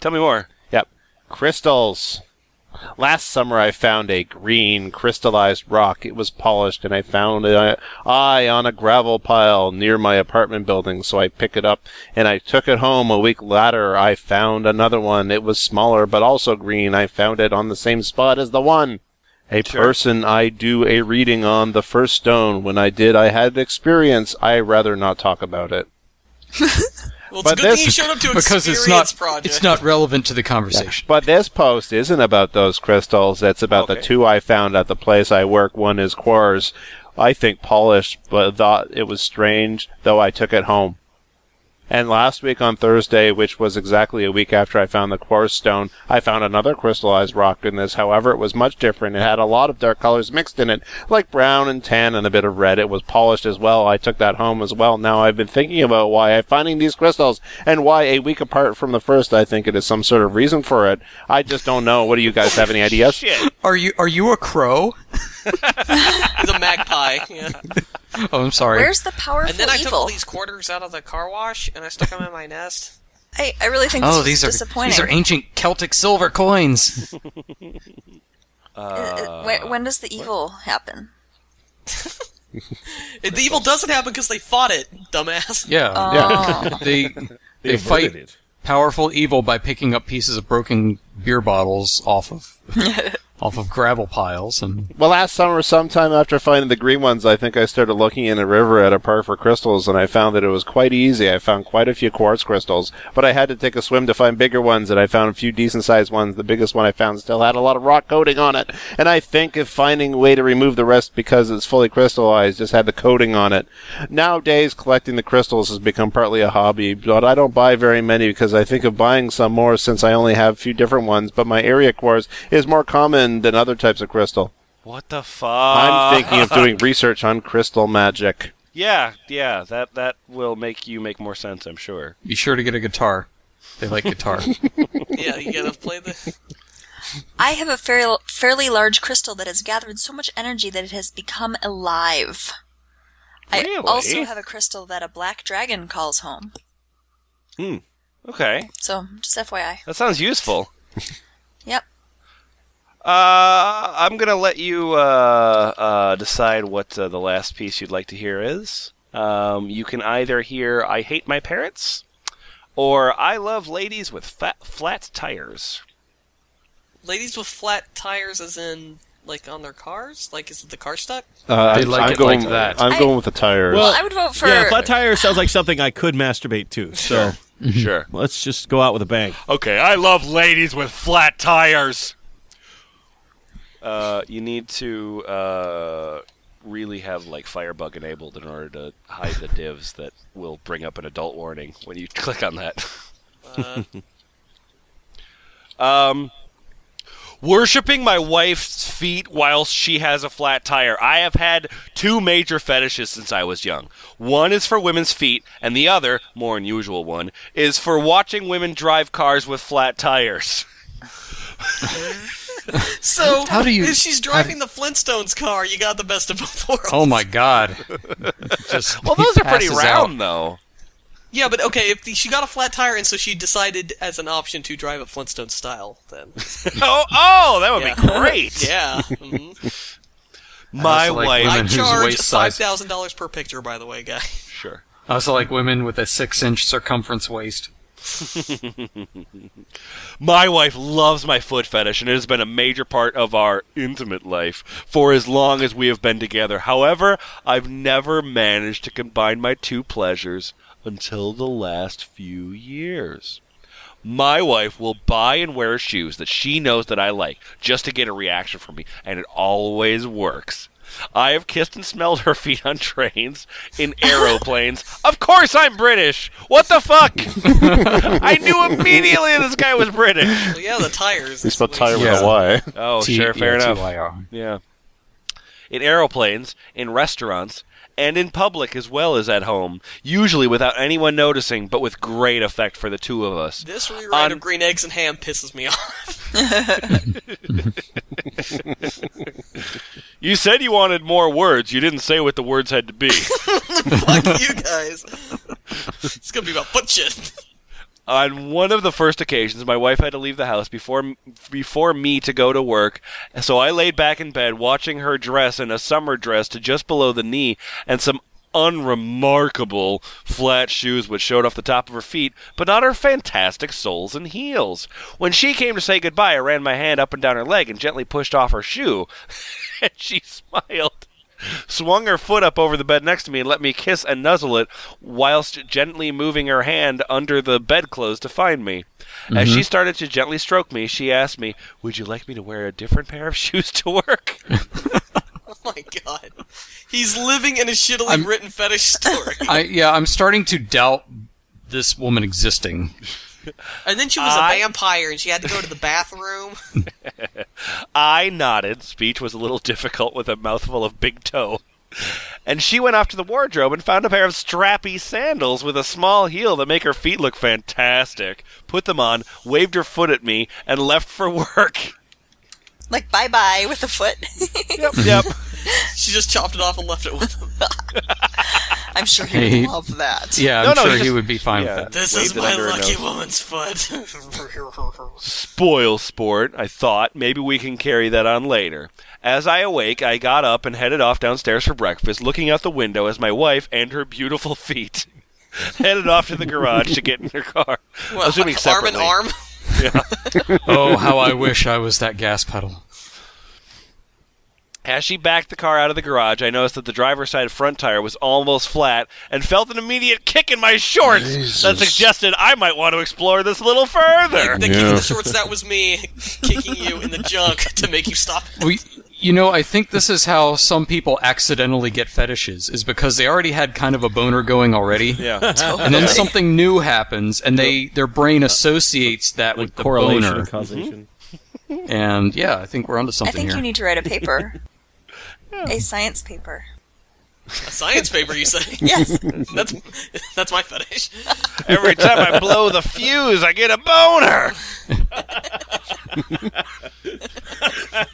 Tell me more. Yep, crystals. Last summer, I found a green crystallized rock. It was polished, and I found it I on a gravel pile near my apartment building. So I picked it up and I took it home. A week later, I found another one. It was smaller but also green. I found it on the same spot as the one. A person I do a reading on the first stone. When I did, I had experience. I rather not talk about it. Well, it's But a good this- thing you showed up to because Experience it's not Project. it's not relevant to the conversation. But this post isn't about those crystals. That's about the Okay. two I found at the place I work. One is Quar's. I think polished, but thought it was strange, though I took it home. And last week on Thursday, which was exactly a week after I found the Quar's stone, I found another crystallized rock in this. However, it was much different. It had a lot of dark colors mixed in it, like brown and tan and a bit of red. It was polished as well. I took that home as well. Now I've been thinking about why I'm finding these crystals and why a week apart from the first, I think it is some sort of reason for it. I just don't know. What do you guys have any ideas? Are you are you a crow? He's a magpie. Yeah. Oh, I'm sorry. Where's the powerful And then I took evil? all these quarters out of the car wash and I stuck them in my nest. I, I really think oh, this these is are disappointing. these are ancient Celtic silver coins. Uh, when, when does the evil happen? the evil doesn't happen because they fought it, dumbass. Yeah, yeah. they they, They fight averted powerful evil by picking up pieces of broken beer bottles off of off of gravel piles and Well, last summer, sometime after finding the green ones, I think I started looking in a river at a park for crystals, and I found that it was quite easy. I found quite a few quartz crystals, but I had to take a swim to find bigger ones, and I found a few decent sized ones. The biggest one I found still had a lot of rock coating on it, and I think if finding a way to remove the rest because it's fully crystallized just had the coating on it. Nowadays, collecting the crystals has become partly a hobby, but I don't buy very many because I think of buying some more since I only have a few different ones, but my area quartz is more common than other types of crystal. What the fuck? Uh, I'm thinking of doing research on crystal magic. Yeah, yeah. That that will make you make more sense, I'm sure. be sure to get a guitar. They like guitar. Oh. yeah, you gotta play the. I have a fair, fairly large crystal that has gathered so much energy that it has become alive. I Really? also have a crystal that a black dragon calls home. Hmm. Okay. So, just FYI. That sounds useful. Yep. Uh, I'm gonna let you uh, uh, decide what uh, the last piece you'd like to hear is. Um, you can either hear "I Hate My Parents" or "I Love Ladies with fat, Flat Tires." Ladies with flat tires, as in like on their cars. Like, is it the car stuck? Uh, They I'm, like I'm it going, like that. I'm I- going with the tires. Well, I would vote for- Yeah, flat tire sounds like something I could masturbate to. So sure, let's just go out with a bang. Okay, I love ladies with flat tires. Uh, you need to uh, really have like Firebug enabled in order to hide the divs that will bring up an adult warning when you click on that. Uh. Um, worshipping my wife's feet whilst she has a flat tire. I have had two major fetishes since I was young. One is for women's feet, and the other, more unusual one, is for watching women drive cars with flat tires. So, How do you- if she's driving the Flintstones car, you got the best of both worlds. Oh my god! Just, Well, he those are pretty passes round, out. though. Yeah, but okay, if the, she got a flat tire and so she decided as an option to drive it Flintstone style, then. oh, oh, that would Yeah. be great. yeah. Mm-hmm. My wife. I charge waist size- $5,000 per picture, by the way, guy. Sure. I also like women with a six-inch circumference waist. My wife loves my foot fetish, and it has been a major part of our intimate life for as long as we have been together. However, I've never managed to combine my two pleasures until the last few years. My wife will buy and wear shoes that she knows that I like just to get a reaction from me, and it always works. I have kissed and smelled her feet on trains, in aeroplanes. of course I'm British! What the fuck? I knew immediately this guy was British. yeah, the tires. We spelled tire with a Y. Oh, T- sure, fair yeah, enough. TYR. Yeah. In aeroplanes, in restaurants, and in public as well as at home, usually without anyone noticing, but with great effect for the two of us. This rewrite of Green Eggs and Ham pisses me off. You said you wanted more words. You didn't say what the words had to be. Fuck you guys. It's gonna be about foot shit. On one of the first occasions, my wife had to leave the house before before me to go to work, so I laid back in bed watching her dress in a summer dress to just below the knee and some unremarkable flat shoes which showed off the top of her feet, but not her fantastic soles and heels. When she came to say goodbye, I ran my hand up and down her leg and gently pushed off her shoe, and she smiled swung her foot up over the bed next to me and let me kiss and nuzzle it whilst gently moving her hand under the bedclothes to find me. As Mhm. she started to gently stroke me, she asked me, Would you like me to wear a different pair of shoes to work? Oh my god. He's living in a shittily written fetish story. I yeah, I'm starting to doubt this woman existing. and then she was a I- vampire and she had to go to the bathroom. I nodded. Speech was a little difficult with a mouthful of big toe. And she went off to the wardrobe and found a pair of strappy sandals with a small heel that make her feet look fantastic. Put them on, waved her foot at me, and left for work. Like bye bye with the foot. yep. She just chopped it off and left it with him. I'm sure he would love that. Yeah, I'm No, no, sure he he just- would be fine with yeah. that. This Waved is it my under her lucky nose. woman's foot. Spoil sport, I thought. Maybe we can carry that on later. As I awake, I got up and headed off downstairs for breakfast, looking out the window as my wife and her beautiful feet headed off to the garage to get in her car. Well, assuming arm in separately. arm? Yeah. oh, how I wish I was that gas pedal. As she backed the car out of the garage, I noticed that the driver's side front tire was almost flat and felt an immediate kick in my shorts that suggested I might want to explore this a little further. The kick in the shorts, that was me kicking you in the junk to make you stop. We, you know, I think this is how some people accidentally get fetishes, is because they already had kind of a boner going already. Yeah. And Totally. then something new happens, and they their brain associates that with the correlation, boner. Mm-hmm. causation. And yeah, I think we're onto I something think here. you need to write a paper, a science paper. A science paper, you say? Yes. That's that's my fetish. Every time I blow the fuse, I get a boner.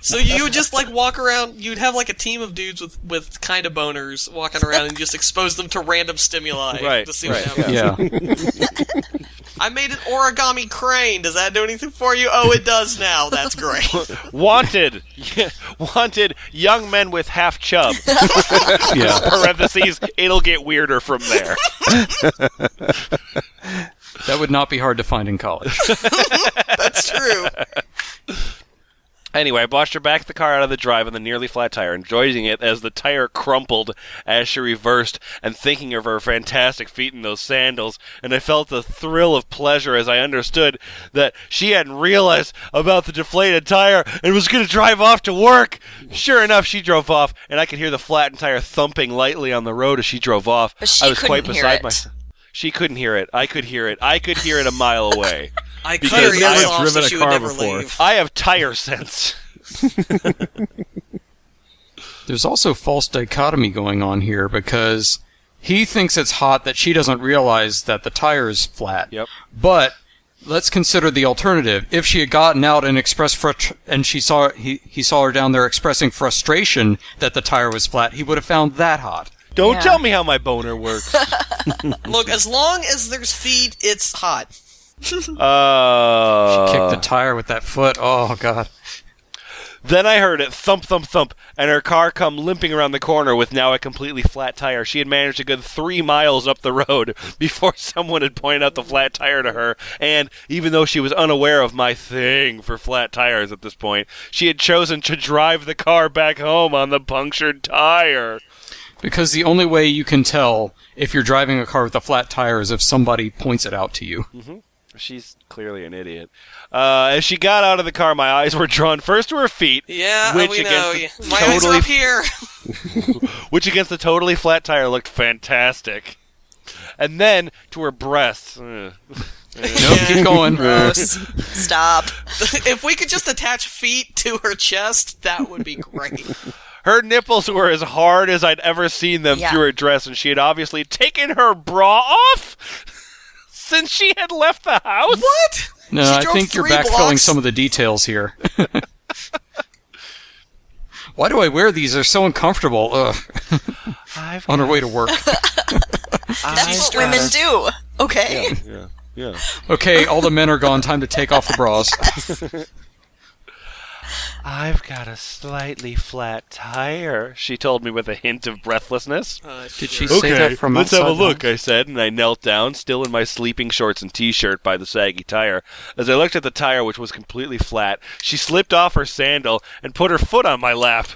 So you would just like walk around. You'd have like a team of dudes with with kind of boners walking around and just expose them to random stimuli Right, to see right, what happens. I made an origami crane. Does that do anything for you? Oh, it does now. That's great. Wanted, wanted young men with half chub. Yeah. Parentheses. It'll get weirder from there. That would not be hard to find in college. That's true. Anyway, I watched her back the car out of the drive on the nearly flat tire, enjoying it as the tire crumpled as she reversed, and thinking of her fantastic feet in those sandals. And I felt the thrill of pleasure as I understood that she hadn't realized about the deflated tire and was going to drive off to work. Sure enough, she drove off, and I could hear the flattened tire thumping lightly on the road as she drove off. But she I was couldn't quite hear beside it. myself. She couldn't hear it. I could hear it. I could hear it a mile away. I cut Because her I- ears off so driven a she would car never before. leave. I have tire sense. There's also false dichotomy going on here because he thinks it's hot that she doesn't realize that the tire is flat. Yep. But let's consider the alternative. If she had gotten out and expressed frust- and she saw he, he saw her down there expressing frustration that the tire was flat, he would have found that hot. Don't Yeah. tell me how my boner works. Look, as long as there's feet, it's hot. Uh, she kicked the tire with that foot. Oh god. Then I heard it thump, thump, thump, and her car come limping around the corner with now a completely flat tire. She had managed a good three miles up the road before someone had pointed out the flat tire to her, and even though she was unaware of my thing for flat tires at this point, she had chosen to drive the car back home on the punctured tire. Because the only way you can tell if you're driving a car with a flat tire is if somebody points it out to you. Mm-hmm. She's clearly an idiot. Uh, as she got out of the car, my eyes were drawn first to her feet, Yeah, which we know. against the My eyes totally are up here. which against the totally flat tire looked fantastic. And then to her breasts. Ugh. Nope, keep going. Gross. Stop. if we could just attach feet to her chest, that would be great. Her nipples were as hard as I'd ever seen them Yeah. through her dress, and she had obviously taken her bra off since she had left the house. What? No, I think you're backfilling some of the details here. Why do I wear these? They're so uncomfortable. Ugh. On our way to work. That's what women do. eh? Okay. yeah, yeah. Okay, all the men are gone. Time to take off the bras. I've got a slightly flat tire, she told me with a hint of breathlessness. Did she say that from Let's outside have a the look, I said, and I knelt down, still in my sleeping shorts and t shirt, by the saggy tire. As I looked at the tire, which was completely flat, she slipped off her sandal and put her foot on my lap.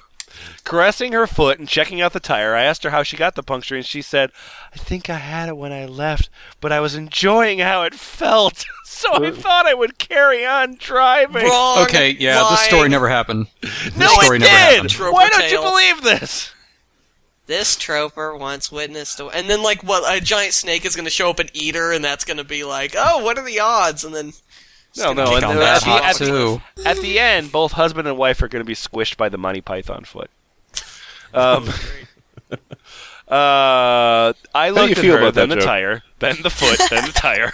Caressing her foot and checking out the tire, I asked her how she got the puncture, and she said, I think I had it when I left, but I was enjoying how it felt, so I thought I would carry on driving. okay, yeah, this story never happened. This No, story it never did! happened. Troper Why don't you tale. believe this? This trooper once witnessed, a- and then like what a giant snake is going to show up and eat her, and that's going to be like, oh, what are the odds? And then No, no, Kick and on then that at, the, hot at, the, too. at the end, both husband and wife are going to be squished by the Monty Python foot. Um, uh, I How do you looked at feel her, about then that the joke? tire, then the foot, then the tire,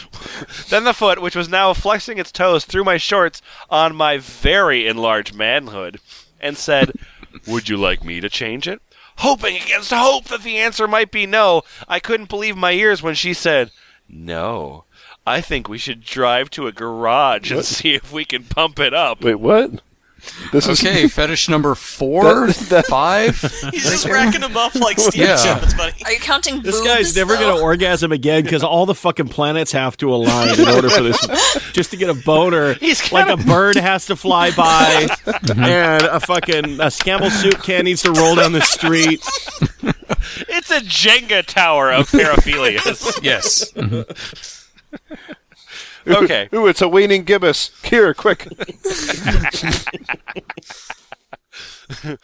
then the foot, which was now flexing its toes through my shorts on my very enlarged manhood, and said, Would you like me to change it? Hoping against hope that the answer might be no, I couldn't believe my ears when she said, No. I think we should drive to a garage and What? see if we can pump it up. Wait, what? This okay, fetish number four, five. He's just racking them up like Steve Yeah. Jobs, buddy. Are you counting This boobs? guy's never though? going to orgasm again because all the fucking planets have to align in order for this. Just to get a boner, like a bird has to fly by, and a fucking a scamble soup can needs to roll down the street. It's a Jenga tower of paraphilias. yes. Okay. Ooh, it's a waning gibbous. Here, quick. Uh,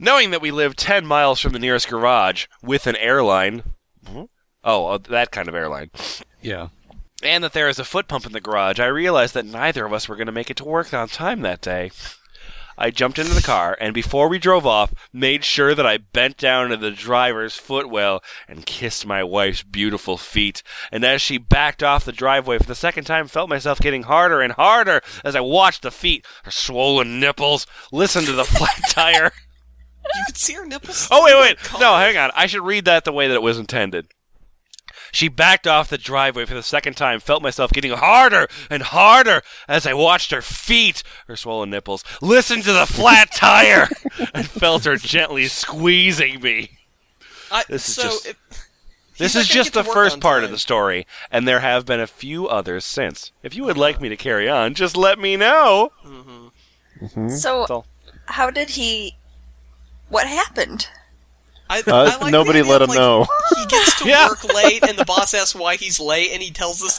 Knowing that we live 10 miles from the nearest garage with an airline. Oh, uh, that kind of airline. Yeah. And that there is a foot pump in the garage, I realized that neither of us were going to make it to work on time that day. I jumped into the car and before we drove off, made sure that I bent down into the driver's footwell and kissed my wife's beautiful feet. And as she backed off the driveway for the second time, felt myself getting harder and harder as I watched the feet, her swollen nipples, listened to the flat tire. You could see her nipples. Oh wait, wait. No, hang on. I should read that the way that it was intended. She backed off the driveway for the second time, felt myself getting harder and harder as I watched her feet, her swollen nipples, listen to the flat tire, and felt her gently squeezing me. I, This is so just- it- This not is gonna just get to the work first on part of the story, and there have been a few others since. If you would like me to carry on, just let me know. Mm-hmm. That's So, all. how did he? What happened? I, Uh, nobody let him know. he gets to work late, and the boss asks why he's late, and he tells this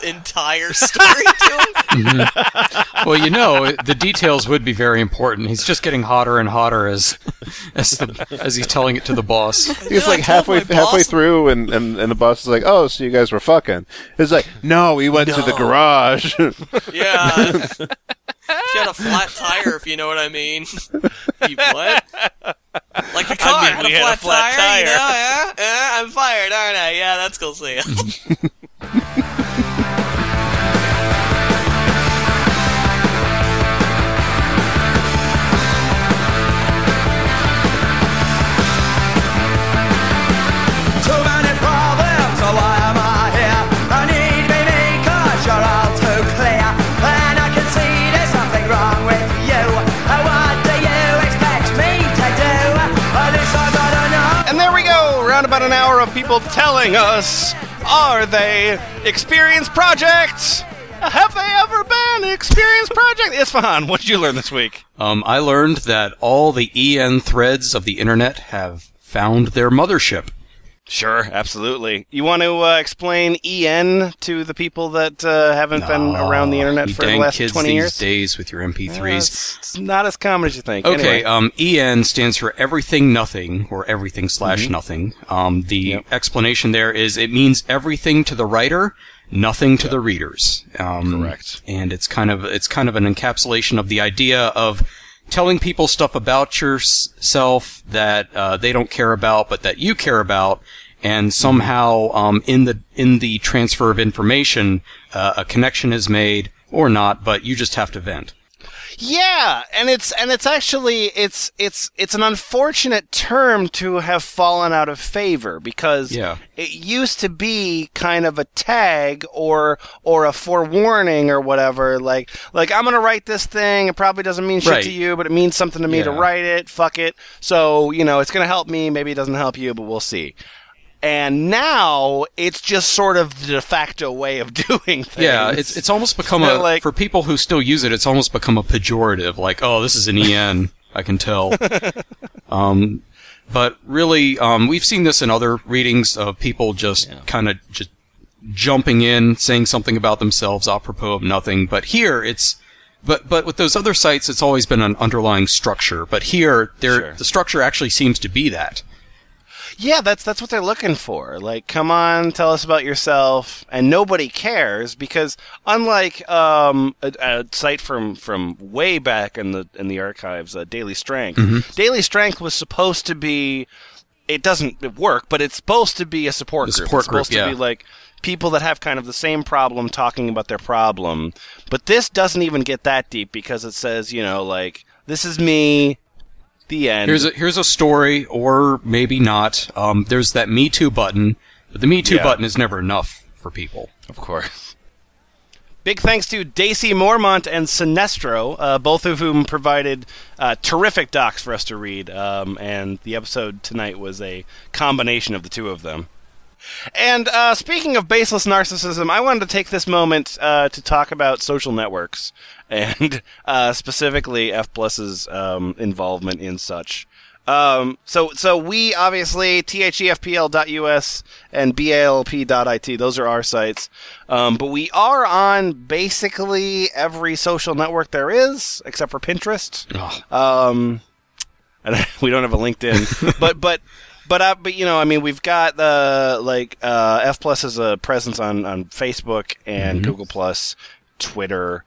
entire story to him. Well, you know, the details would be very important. He's just getting hotter and hotter as as the, as he's telling it to the boss. He's like halfway halfway through, and, and, and the boss is like, "Oh, so you guys were fucking?" It's like, "No, we went to the No. garage." Yeah. she had a flat tire, if you know what I mean. You what? Like the car mean, had, we a, had a flat flat tire, tire. you know? Yeah, yeah, I'm fired, aren't I? Yeah, that's cool. See ya. Too many problems, so why am I here? I need me because you're all too clear. And I can see there's something wrong with you. And What do you expect me to do? At least I gotta know. And there we go, around about an hour of people telling us, are they Experience Project? Have they ever been Experience Project? Isfahan, what did you learn this week? Um, I learned that all the en threads of the internet have found their mothership. Sure, absolutely. You want to uh, explain EN to the people that uh, haven't been around the internet You for the dang last kids 20 these years? days with your MP3s. Yeah, it's, it's not as common as you think. Okay, Anyway. um, EN stands for everything nothing or everything slash Mm-hmm. nothing. Um, the explanation there is it means everything to the writer, nothing to the readers. Um, Correct. And it's kind of it's kind of an encapsulation of the idea of telling people stuff about yourself that uh, they don't care about, but that you care about. And Mm-hmm. somehow, um, in the in the transfer of information, uh, a connection is made or not, but you just have to vent. Yeah, and it's and it's actually it's it's it's an unfortunate term to have fallen out of favor because Yeah. it used to be kind of a tag or or a forewarning or whatever like like I'm going to write this thing it probably doesn't mean shit Right. to you but it means something to me to Yeah. write it fuck it so you know it's going to help me maybe it doesn't help you but we'll see. And now it's just sort of the de facto way of doing things. Yeah, it's it's almost become a like for people who still use it. It's almost become a pejorative. Like, oh, this is an en. I can tell. um, but really, um, we've seen this in other readings of people just kind of just jumping in, saying something about themselves apropos of nothing. But here, it's but but with those other sites, it's always been an underlying structure. But here, there the structure actually seems to be that. Yeah, that's that's what they're looking for. Like, come on, tell us about yourself, and nobody cares because unlike um, a, a site from from way back in the in the archives, uh, Daily Strength. Mm-hmm. Mhm. Daily Strength was supposed to be. It doesn't work, but it's supposed to be a support The group. support it's supposed group, to yeah. be like people that have kind of the same problem talking about their problem. But this doesn't even get that deep because it says, you know, like this is me The end. Here's a, here's a story, or maybe not. Um, there's that Me Too button, but the Me Too Yeah. button is never enough for people. Of course. Big thanks to Daisy Mormont and Sinestro, uh, both of whom provided uh, terrific docs for us to read. Um, and the episode tonight was a combination of the two of them. And uh, speaking of baseless narcissism, I wanted to take this moment uh, to talk about social networks and uh, specifically F Plus's um, involvement in such. Um, so, so we obviously E thefpl.us and balp.it. Those are our sites, um, but we are on basically every social network there is, except for Pinterest. Um, and we don't have a LinkedIn, but but but uh, but you know, I mean, we've got uh, like uh, F Plus is a presence on on Facebook and Mhm. Google Plus, Twitter.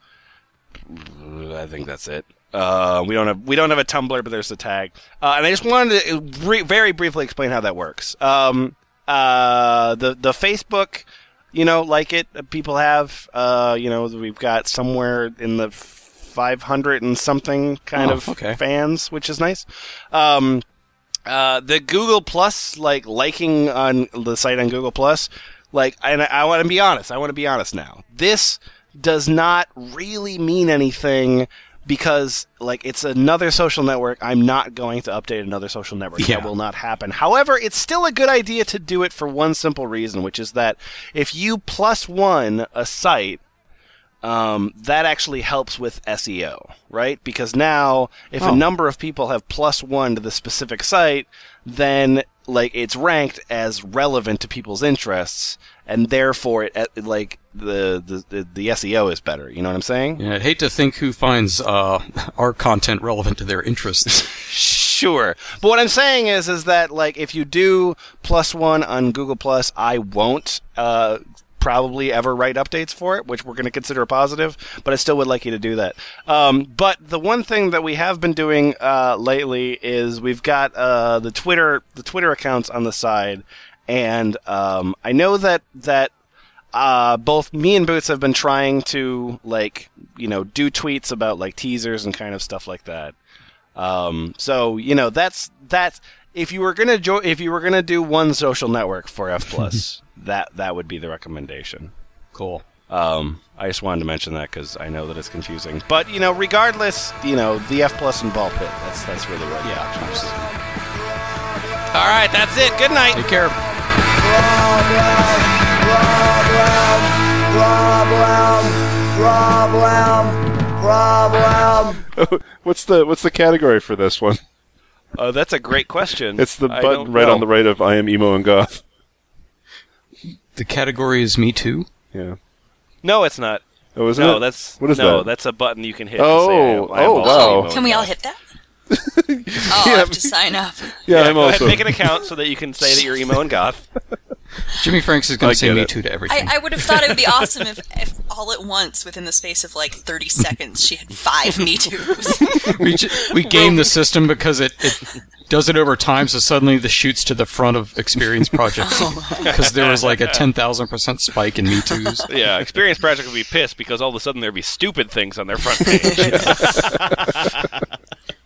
I think that's it. Uh, we don't have we don't have a Tumblr, but there's the tag. Uh, and I just wanted to re- very briefly explain how that works. Um, uh, the the Facebook, you know, like it uh, people have. Uh, you know, we've got somewhere in the 500 and something kind Oh, of okay. fans, which is nice. Um, uh, the Google Plus, like liking on the site on Google Plus, like, and I, I want to be honest. I want to be honest now. This does not really mean anything because, like, it's another social network. I'm not going to update another social network. That Yeah. will not happen. However, it's still a good idea to do it for one simple reason, which is that if you plus one a site, um, that actually helps with SEO, right? Because now, if Oh. a number of people have plus one to the specific site, then like it's ranked as relevant to people's interests, and therefore it it- like the the the, the SEO is better. You know what I'm saying? Yeah, I'd hate to think who finds uh, our content relevant to their interests. Sure, but what I'm saying is, is that like if you do plus one on Google Plus, I won't uh, probably ever write updates for it, which we're going to consider a positive. But I still would like you to do that. Um, but the one thing that we have been doing uh, lately is we've got uh, the Twitter the Twitter accounts on the side, and um, I know that that uh, both me and Boots have been trying to like you know do tweets about like teasers and kind of stuff like that. Um, so you know that's that's if you were gonna jo- if you were gonna do one social network for F plus that that would be the recommendation. Cool. Um, I just wanted to mention that because I know that it's confusing, but you know regardless, you know the F plus and ball pit that's that's really what yeah. All right, that's it. Good night. Take care. Problem. what's the what's the category for this one? Oh, that's a great question. It's the I button don't right know. on the right of I am emo and goth. The category is Me Too. Yeah. No, it's not. Oh, isn't no, it? that's What is no, that? that's a button you can hit. Oh, and say, I am- I am oh, also wow. emo. Can we all hit that? oh, I have to sign up. Yeah, I'm go also- Ahead, make an account so that you can say that you're emo and goth. Jimmy Franks is going I to say get Me it. Too to everything. I, I would have thought it would be awesome if, if all at once, within the space of like 30 seconds, she had five Me Too's. we ju- we game the system because it, it does it over time. So suddenly the shoots to the front of Experience Project Oh because there was like a ten thousand percent spike in Me Too's. yeah, Experience Project would be pissed because all of a sudden there'd be stupid things on their front page.